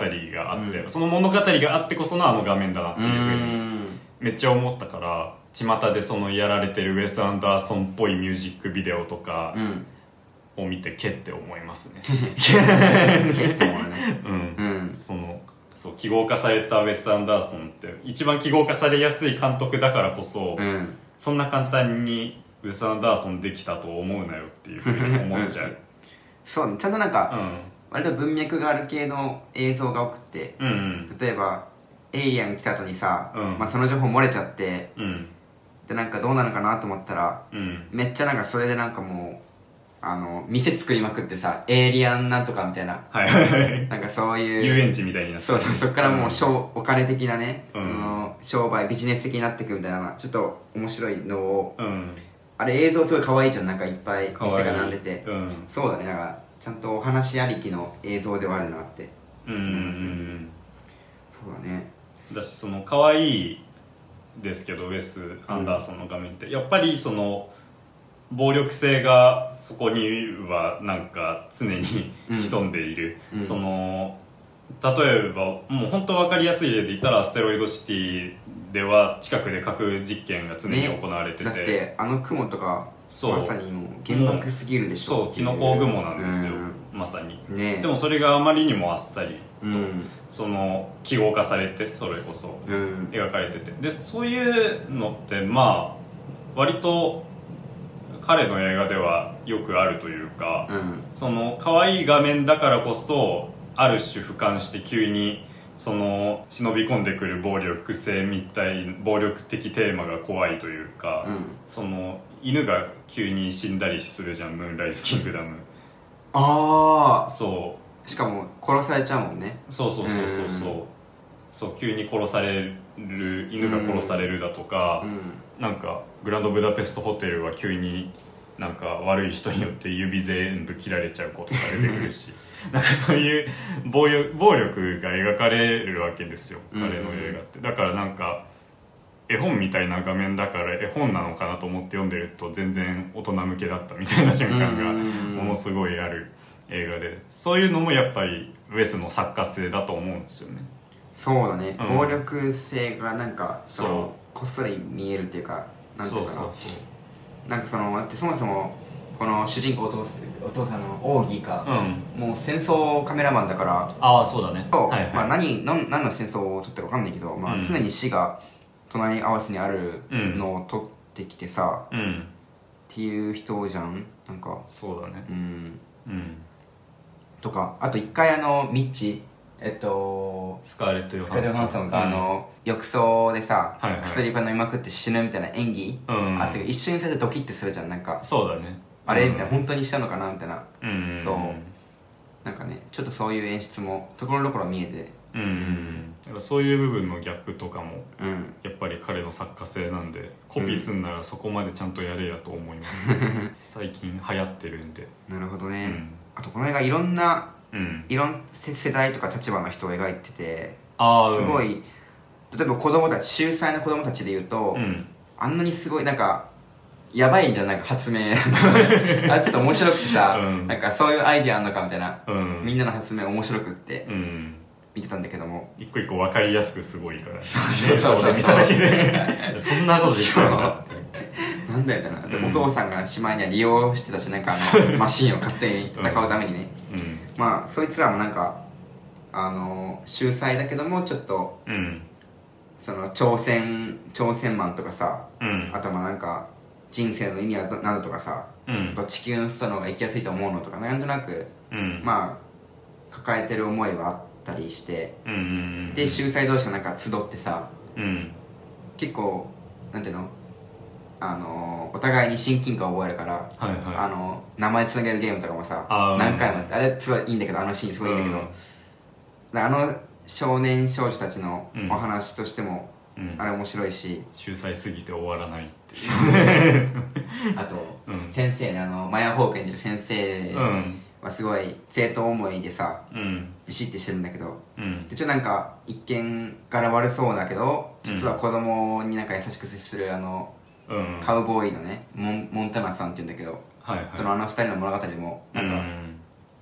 て、
う
その物語があってこそのあの画面だなっ
う
ていう風に
ーん
めっちゃ思ったから巷でそのやられてるウェス・アンダーソンっぽいミュージックビデオとか
うん
を見てけって思います ね
結構ね
うん
うん
そのそう記号化されたウェス・アンダーソンって一番記号化されやすい監督だからこそ、
うん
そんな簡単にウェス・アンダーソンできたと思うなよっていうふうに思っちゃう
そうねちゃんとなんか割と文脈がある系の映像が多くて
うんうん
例えばエイリアン来た後にさ
うん
まあその情報漏れちゃって
うん
でなんかどうなるかなと思ったら
うん
めっちゃなんかそれでなんかもうあの店作りまくってさエイリアンなんとかみたいな
はいはい
なんかそういう
遊園地みたいになって
そうそうそこからもう商、お金的なね、
うん
あの商売ビジネス的になっていくみたいなちょっと面白いのを
うん
あれ映像すごい可愛いじゃんなんかいっぱい
かわ
店
い
が
い
並んでて
うん
そうだねだからちゃんとお話ありきの映像ではあるなって
うんうんうん
そうだね
だしその可愛いですけどウェス・アンダーソンの画面って、やっぱりその暴力性がそこにはなんか常に潜んでいる、
うん
その例えばもう本当分かりやすい例で言ったらアステロイドシティでは近くで核実験が常に行われてて、
だってあの雲とか
そう
まさにもう原爆すぎるでしょ
そうキノコ雲なんですよ、
う
まさに
んねえ
でもそれがあまりにもあっさり
うん
その記号化されてそれこそ
うん
描かれててでそういうのってまあ割と彼の映画ではよくあるというか、
うん
その可愛い画面だからこそある種俯瞰して急にその忍び込んでくる暴力性みたい暴力的テーマが怖いというか、
うん
その犬が急に死んだりするじゃん「ムーンライズ・キングダム
あ」
そう
あしかも殺されちゃうもんね
そうそうそうそうそう
う
そう急に殺される犬が殺されるだとか
う、ん
なんかグランドブダペストホテルは急になんか悪い人によって指全部切られちゃうことが出てくるし なんかそういう暴力暴力が描かれるわけですよ
うん
彼の映画って、だからなんか絵本みたいな画面だから絵本なのかなと思って読んでると全然大人向けだったみたいな瞬間が
うん
ものすごいある映画でそういうのもやっぱりウェスの作家性だと思うんですよね
そうだね、
うん
暴力性がなんかその
そう
こっそり見えるっていうかなんていうかな
そう
なんかそのだってそもそもこの主人公お父さんお父さんのオーギー
そう
か、
うん
もう戦争カメラマンだから
ああそうだね
と、
はいはい、
まあ、何何何の戦争を撮ったか分かんないけど、ま
う
あ、
ん
常に死が隣り合わせにあるのを撮ってきてさ、
うん
っていう人じゃんなんか
そうだね
うん
うん
とかあと一回あのミッチえっと
スカーレット・ヨ
スカイド・ヨハンソンが、
うん
あの浴槽でさ、
はいはい
薬ば飲みまくって死ぬみたいな演技、
うん
あって一瞬にされてドキッてするじゃんなんか
そうだね
あれみたいな本当にしたのかなみたいな
うん
そうなんかねちょっとそういう演出もところどころ見えて
うんうんだからそういう部分のギャップとかも
うん
やっぱり彼の作家性なんでコピーすんならそこまでちゃんとやれやと思い ます、最近流行ってるんで
なるほど
う
ね、
ん、
あとこの映画いろんな
うん、
いろんな世代とか立場の人を描いてて
ああ
すご
い
い例えば子供たち秀才の子供たちで言うと、
うん
あんなにすごいなんかやばいんじゃんなんか発明 あちょっと面白くてさ、
うん
なんかそういうアイディアあんのかみたいな
うん
みんなの発明面白くって
うん
見てたんだけども
一個一個分かりやすくすごいからね
そうそうそう
映像で見ただけで そんなことできちゃうんだって
なんだよみたいなで
うん
お父さんがしまいには利用してたしなんかあのマシンを勝手に戦うためにね、まあそいつらもなんかあの秀才だけどもちょっと
うんうん
その挑戦挑戦マンとかさ
うん
あとまあなんか人生の意味はどなどとかさ
うん
と地球の人の方が生きやすいと思うのとかなんとなく
うん
まあ抱えてる思いはあったりして
うんうん
で秀才同士がなんか集ってさ
うん
結構なんていうのあのお互いに親近感を覚えるから、
はいはい
あの名前つなげるゲームとかもさ
あー
何回もやってあれすごいいいんだけどあのシーンすごいいいんだけど、
うん
であの少年少女たちの
うん
お話としても、
うん
あれ面白いし
秀才すぎて終わらないっていう
あと、
うん
先生ねあのマヤホーク演じる先生
うん
はすごい生徒思いでさ
うん
ビシッてしてるんだけど
うん
でちょっとなんか一見柄悪そうだけど実は子供になんか優しく接するあの、
うん
カウボーイのねモンモンタナさんって言うんだけど、
はいはい
そのあの二人の物語も
う
なんか
ん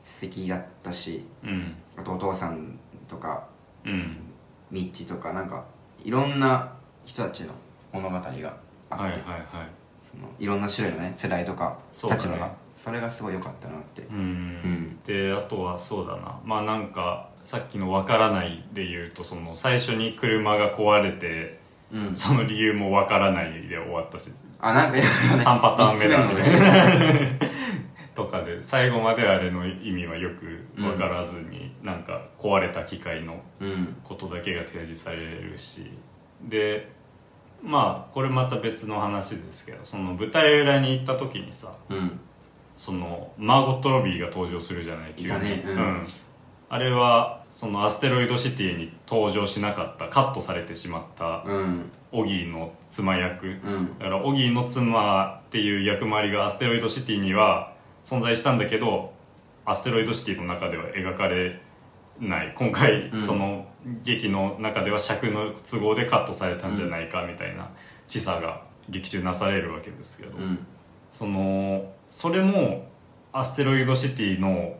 素敵だったし、
うん
あとお父さんとか
うん
ミッチとかなんかいろんな人たちの物語があっ
は
て、
いはいはい
そのいろんな種類のね世代とか
そうだね
立場がそれがすごい良かったなって
う
うん
んであとはそうだなまあなんかさっきの「わからない」で言うとその最初に車が壊れて
うん
その理由も「わからない」で終わったし
あなんかいろいろね
3パターン目だみた
三つ目のね
いなとかで最後まであれの意味はよく分からずに、なんか壊れた機械の
うん
ことだけが提示されるしでまあこれまた別の話ですけどその舞台裏に行った時にさ
うん
そのマーゴット・ロビーが登場するじゃない急に
いたねうん
あれはそのアステロイドシティに登場しなかったカットされてしまった
うん
オギーの妻役、
うん
だからオギーの妻っていう役回りがアステロイドシティには存在したんだけどアステロイドシティの中では描かれない今回、
うん
その劇の中では尺の都合でカットされたんじゃないかみたいな示唆が劇中なされるわけですけど、
うん
そのそれもアステロイドシティの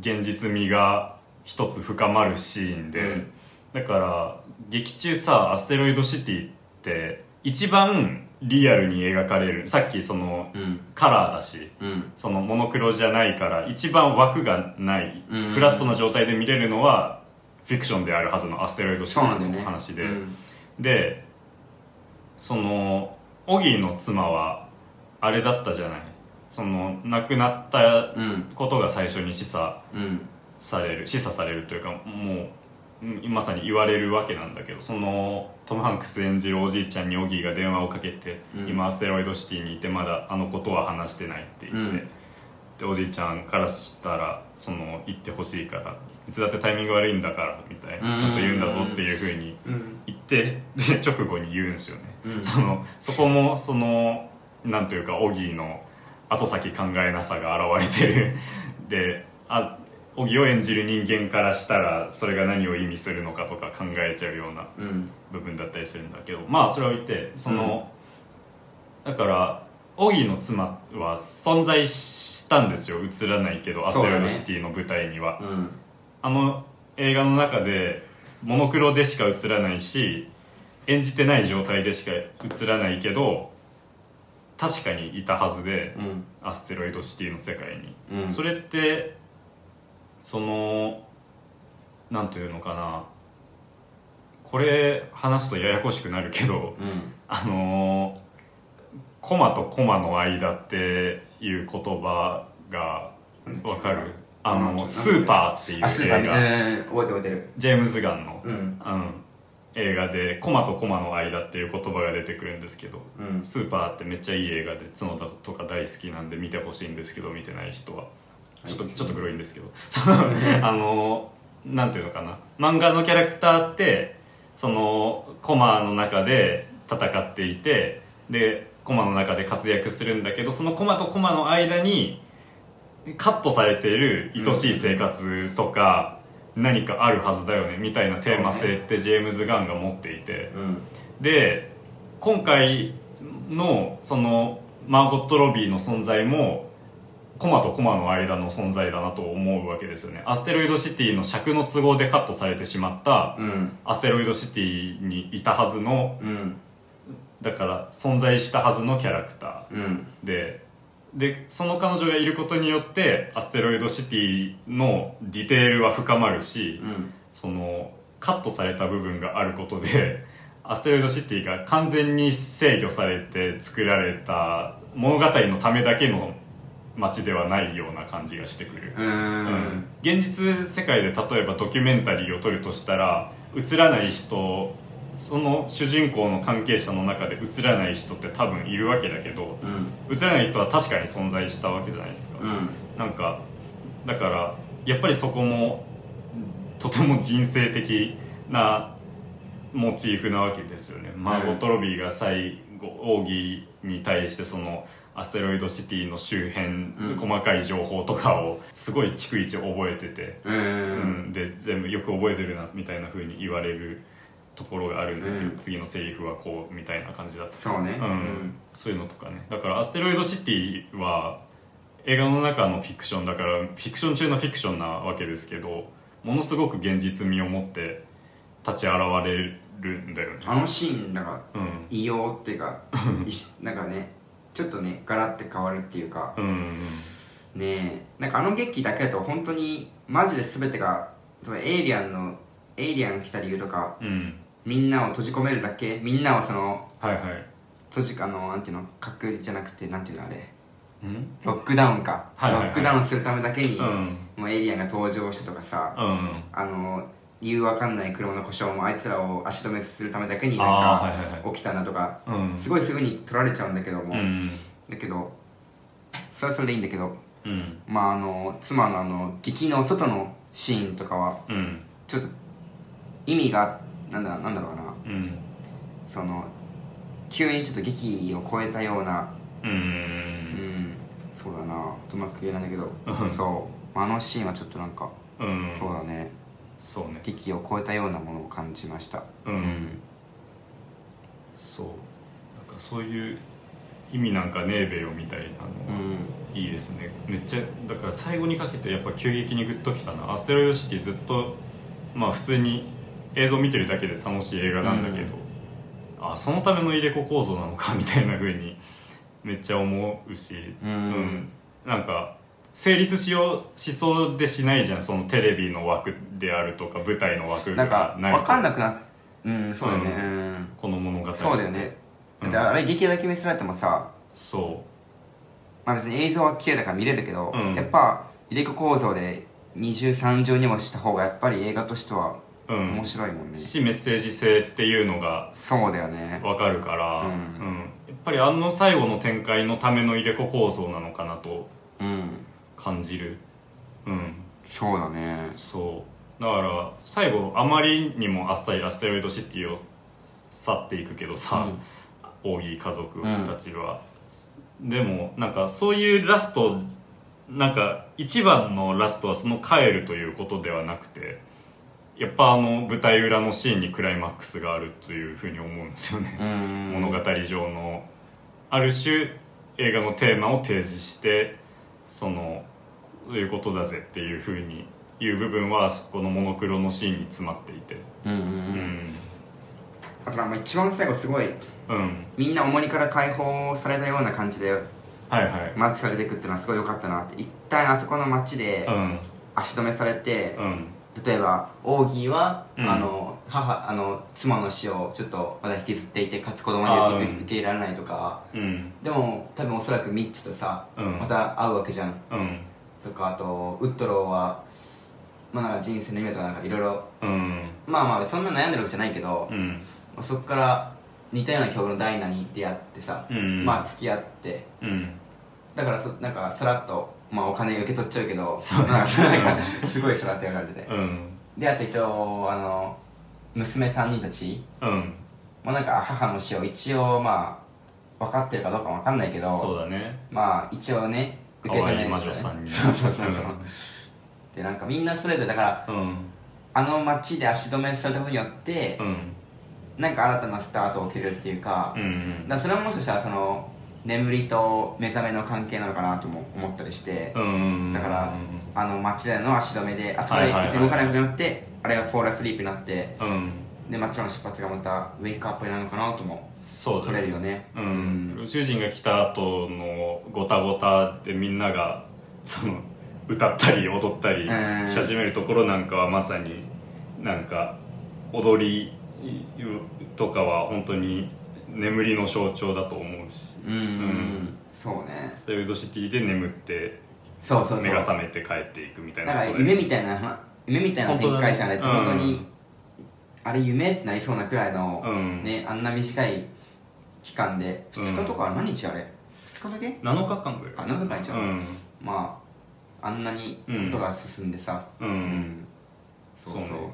現実味が一つ深まるシーンで、
うん
だから劇中さアステロイドシティって一番リアルに描かれるさっきその
うん
カラーだし、
うん
そのモノクロじゃないから一番枠がない、
うん
フラットな状態で見れるのはフィクションであるはずのアステロイドシテ
そうなんだ
ィ
よね
の話で、
うん
でそのオギーの妻はあれだったじゃないその亡くなった
うん
ことが最初に示唆
うん
される示唆されるというかもううんまさに言われるわけなんだけどそのトム・ハンクス演じるおじいちゃんにオギーが電話をかけて、
うん
今アステロイドシティにいてまだあのことは話してないって言って、
うん
でおじいちゃんからしたらその行ってほしいからいつだってタイミング悪いんだからみたいな、
うん
ちゃんと言うんだぞっていうふうに
うん
言ってで直後に言うんですよね、
うん
そのそこもそのなんというかオギーの後先考えなさが現れてる であオギーを演じる人間からしたらそれが何を意味するのかとか考えちゃうような
うん
部分だったりするんだけどまあそれは言ってその、だからオギーの妻は存在したんですよ映らないけど、アステロイドシティの舞台には。
うん
あの映画の中でモノクロでしか映らないし演じてない状態でしか映らないけど確かにいたはずで、
うん
アステロイドシティの世界に、
うん
それってそのなんていうのかなこれ話すとややこしくなるけど
うん
あのコマとコマの間っていう言葉がわかるあ
うん
のスーパーって
あスー
いう
パー
映
ね
画、
うん覚えてる覚えてる
ジェームズ・ガンの、
うん
うん映画でコマとコマの間っていう言葉が出てくるんですけど、
うん
スーパーってめっちゃいい映画で角田とか大好きなんで見てほしいんですけど見てない人はちょっと
はい
ちょっと黒いんですけど そのあのなんていうのかな漫画のキャラクターってそのコマの中で戦っていてでコマの中で活躍するんだけどそのコマとコマの間にカットされている愛しい生活とか、何かあるはずだよねみたいなテーマ性ってジェームズ・ガンが持っていて。
うん
で今回のそのマーゴット・ロビーの存在もコマとコマの間の存在だなと思うわけですよねアステロイドシティの尺の都合でカットされてしまった
うん
アステロイドシティにいたはずの
うん
だから存在したはずのキャラクタ
うん
ーででその彼女がいることによってアステロイドシティのディテールは深まるし、
うん
そのカットされた部分があることで アステロイドシティが完全に制御されて作られた物語のためだけの街ではないような感じがしてくる、
う
うんん現実世界で例えばドキュメンタリーを撮るとしたら映らない人その主人公の関係者の中で映らない人って多分いるわけだけど
うん
映らない人は確かに存在したわけじゃないですか、
うん
なんかだからやっぱりそこもとても人生的なモチーフなわけですよね。マーゴット・ロビーが最後奥義に対してそのアステロイドシティの周辺、
うん
細かい情報とかをすごい逐一覚えてて、
う
うん
ん
で全部よく覚えてるなみたいな風に言われるところがあるんだけど、
うん
次のセリフはこうみたいな感じだった
そうね
うん、そういうのとかねだからアステロイドシティは映画の中のフィクションだからフィクション中のフィクションなわけですけどものすごく現実味を持って立ち現れるんだよね
あのシーンだから
うん
異様っていうかいしなんかねちょっとねガラッて変わるっていうか
うん
ねえなんかあの劇だけだと本当にマジで全てが例えばエイリアンのエイリアン来た理由とか
うん
みんなを閉じ込めるだけみんなをその
はいはい
閉じあのなんていうの隔離じゃなくてなんていうのあれ
うん
ロックダウンか、
はいはいはい
ロックダウンするためだけに、
うん
もうエイリアンが登場してとかさ、
うん
あの理由わかんない車の故障もあいつらを足止めするためだけになん
あー
か
はいはい
起きたなとか
うん
すごいすぐに取られちゃうんだけども、
うん
だけどそれはそれでいいんだけど
うん
まああの妻のあの劇の外のシーンとかは
うん
ちょっと意味がなんだなんだろうな
うん
その急にちょっと劇を超えたような
う
うんんそうだなうまく言えないんだけどそうあのシーンはちょっとなんか、
うん
そうだね
そうね
域を超えたようなものを感じました
うん、そうなんかそういう意味なんかねえべよみたいな
う
のが、
ん
いいですねめっちゃだから最後にかけてやっぱ急激にグッときたなアステロイドシティずっとまあ普通に映像見てるだけで楽しい映画なんだけど、あそのための入れ子構造なのかみたいな風にめっちゃ思うし、
うん
なんか成立しようしそうでしないじゃんそのテレビの枠であるとか舞台の枠
なんか
がないと
分かんなくなうんそうだよね、
う
うん
この物語
そうだよね
う
だ
ん
ってあれ劇だけ見せられてもさ、
そ
まあ、別に映像は綺麗だから見れるけど、
うん
やっぱ入れ子構造で二重三重にもした方がやっぱり映画としては
ううん
面白いもんね、
しメッセージ性っていうのが
そうだよね
わかるから、
うん
うんやっぱりあの最後の展開のための入れ子構造なのかなと
うん
感じるうん
そうだね
そうだから最後あまりにもあっさりアステロイドシティを去っていくけどさ、オーギー家族たちは、でもなんかそういうラストなんか一番のラストはその帰るということではなくてやっぱあの舞台裏のシーンにクライマックスがあるというふうに思うんですよね、
うん
物語上のある種映画のテーマを提示してそのこういうことだぜっていうふうに言う部分はそこのモノクロのシーンに詰まっていて
うんうんう
うんん
あとなんか一番最後すごい
うん
みんな重荷から解放されたような感じで
はいはい
街から出てくっていうのはすごい良かったなって一旦あそこの街で
うん
足止めされて、
うん
例えばオーギーは、
うん
あの母あの妻の死をちょっとまだ引きずっていてかつ子供には受
あー
け,、
うん
受け入れられないとか
うん
でも多分おそらくミッチとさ、
うん
また会うわけじゃん
うん
とかあとウッドローはまあなんか人生の夢とかなんかいろいろ
うん
まあまあそんな悩んでるわけじゃないけど、
う
ま
ん
あそこから似たような曲のダイナに出会ってさ、
うん
まあ付き合って
うん
だからそなんかさらっと、まあ、お金受け取っちゃうけど
そう
なんかなんかすごいさらってやがれてて
うん
であと一応あの娘3人たち
うん
もうなんか母の死を一応まあ分かってるかどうか分かんないけど
そうだね
まあ一応ね受け
可
止め
愛い
る
魔女さんに
そうそうそうそうでなんかみんなそれぞれだから
うん
あの街で足止めされたことによって
う、ん
なんか新たなスタートを切るっていうか,、
う
だか
ん
らそれはもしかしたらその眠りと目覚めの関係なのかなとも思ったりして、
うん
だから、あの町での足止めで、あそこ
は
で
いはいはい
動かなくなって、あれがフォーラスリープになって、
うん
で、町の出発がまたウェイクアップになるのかなとも
そうだ
取
ね
れるよね。
うん、宇宙人が来た後のごたごたでみんながその歌ったり踊ったり
うん
し始めるところなんかはまさになんか踊りとかは本当に眠りの象徴だと思うし
うん、うん
ん
そうね。
ステルドシティで眠って
そうそうそう。
目が覚めて帰っていくみた
だ
い
か
な
ら
こと
夢みたいな、ま夢みたいな展開じゃんあれって、
本
本
当だ
当
ね
に、
うん
あれ夢ってなりそうなくらいの、
うん
ね、あんな短い期間で、
うん
2日とかは何日あれ ?2 日だけ
7日間ぐ
あ、
らい
何分かいじゃ。
うんん
まあ、あんなにことが進んでさ、
うん、
うんそうそう。
そうね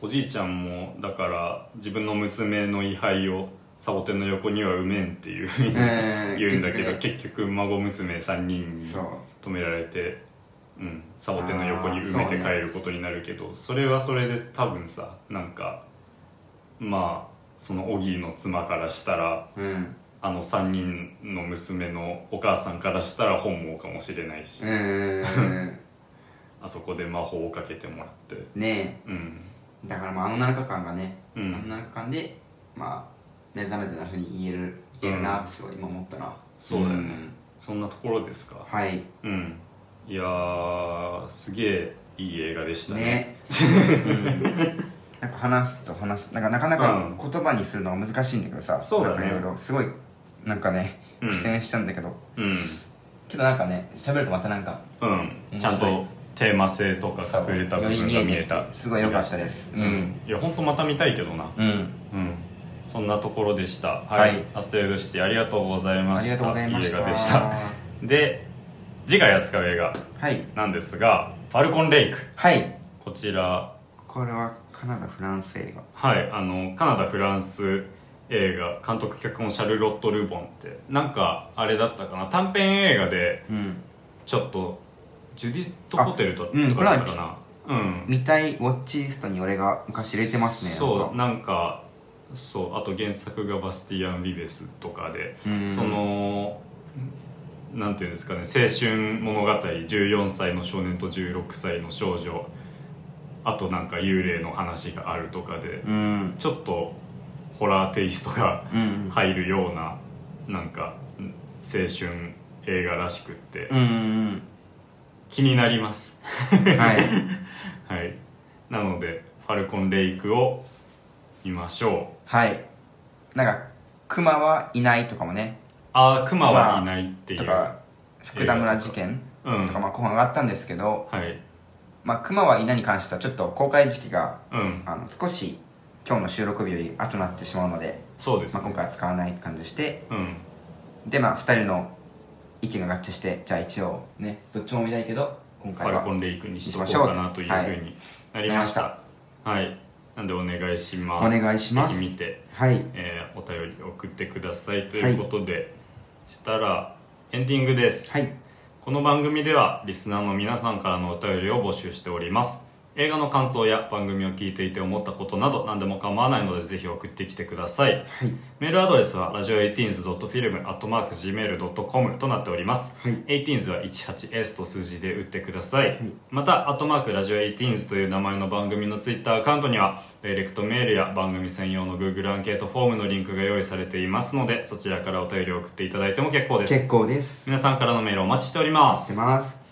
おじいちゃんもだから自分の娘の位牌をサボテンの横には埋めんっていうふうに
うん
言うんだけど
結局
結局孫娘3人に
そう
止められて、うん、サボテンの横に埋めて
あーそうね
帰ることになるけどそ,、れはそれで多分さなんかまあそのオギーの妻からしたら
うん
あの3人の娘のお母さんからしたら本望かもしれないし、
うー ん
あそこで魔法をかけてもらって
ね
うん
えだからまああの7日間がね、
うん
あの7日間でまあ目覚めたなふうに言える言えるなってすごい今思ったな
そうだよね、
ん
そんなところですか
はい
うんいやーすげえいい映画でしたね
ねうんなんか話すと話すなんかなかな
う
か
ん
言葉にするのは難しいんだけどさ
そうだね
なんかいろいろすごいなんかね
うん
苦戦したんだけど、けどなんかね喋るとまたなんか
うん、うん、
面白い
ちゃんとテーマ性とか隠れた部
より
分
見
が
え
見
て
え
きて
た
すごい良かったです
うん、いや本当また見たいけどな
うん、うん
うんそんなところでしたは、
はいい
アステロイドシティありがとうございました
ありがとうございました
い映画でしたで次回扱う映画
はい
なんですが「ファルコン・レイク
はい」
こちら
これはカナダフランス映画
はいあのカナダフランス映画監督脚本シャルロット・ルボンってなんかあれだったかな短編映画で
うん
ちょっとジュディット・ホテルと
あうん
とかだったかな、うん
見たいウォッチリストに俺が昔入れてますね
そう
な
なん
んか
かそうあと原作がバスティアン・ビベスとかで、
うん
そのなんていうんですかね青春物語14歳の少年と16歳の少女あとなんか幽霊の話があるとかで、
うん
ちょっとホラーテイストが
うん
入るようななんか青春映画らしくって、
うんうん
気になります
うんはい
はいなので「ファルコン・レイク」を見ましょう
はいなんか熊はいないとかもね
ああ熊はいないっていう、
とか福田村事件
うん
とかまあ後半上がったんですけど、
はい
まあ、熊はいないに関してはちょっと公開時期が
うん
あの少し今日の収録日より後になってしまうので、
そうです
まあ、
ね
今回は使わないって感じでして
うん
でまあ2人の意見が合致してじゃあ一応ねどっちも見たいけど今
ファ
回
ル
は
コン・レイクにしとこうかなというふうになりましたはい、なんでお願いします
お願いします
ぜひ見て、
はい
えーお便り送ってくださいということで、したらエンディングです、
はい
この番組ではリスナーの皆さんからのお便りを募集しております映画の感想や番組を聞いていて思ったことなど何でも構わないのでぜひ送ってきてください、メールアドレスはラジオ 18th.film.gmail.com となっております、
はい
18th は 18s と数字で打ってください、また「アットマークラジオ 18th」という名前の番組のツイッターアカウントにはダイレクトメールや番組専用の Google アンケートフォームのリンクが用意されていますのでそちらからお便りを送っていただいても結構です
結構です
皆さんからのメールお待ちしておりま
し
す
てます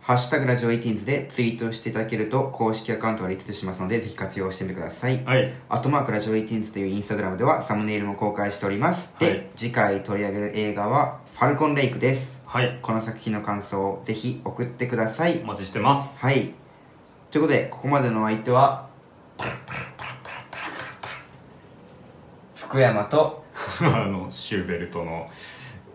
ハッシュタグラジオエイティーンズでツイートしていただけると公式アカウントがリツイートしますのでぜひ活用してみてください、
はい
あとマークラジオエイティーンズというインスタグラムではサムネイルも公開しておりますで、
はい
次回取り上げる映画は「ファルコン・レイク」です
はい
この作品の感想をぜひ送ってください
お待ちしてます
はいということでここまでのお相手は福山と
あのシューベルトの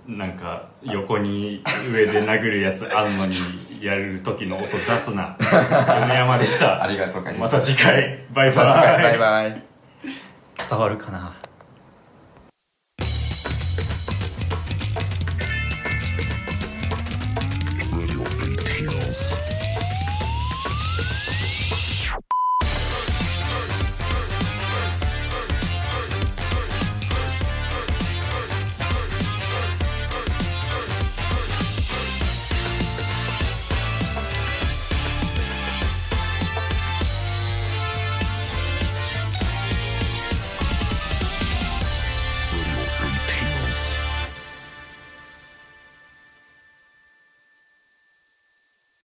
なんか横に上で殴るやつあんのにやる時の音出す な米山でした
りがとうか
また次回バイバイ
バイバイ
伝わるかな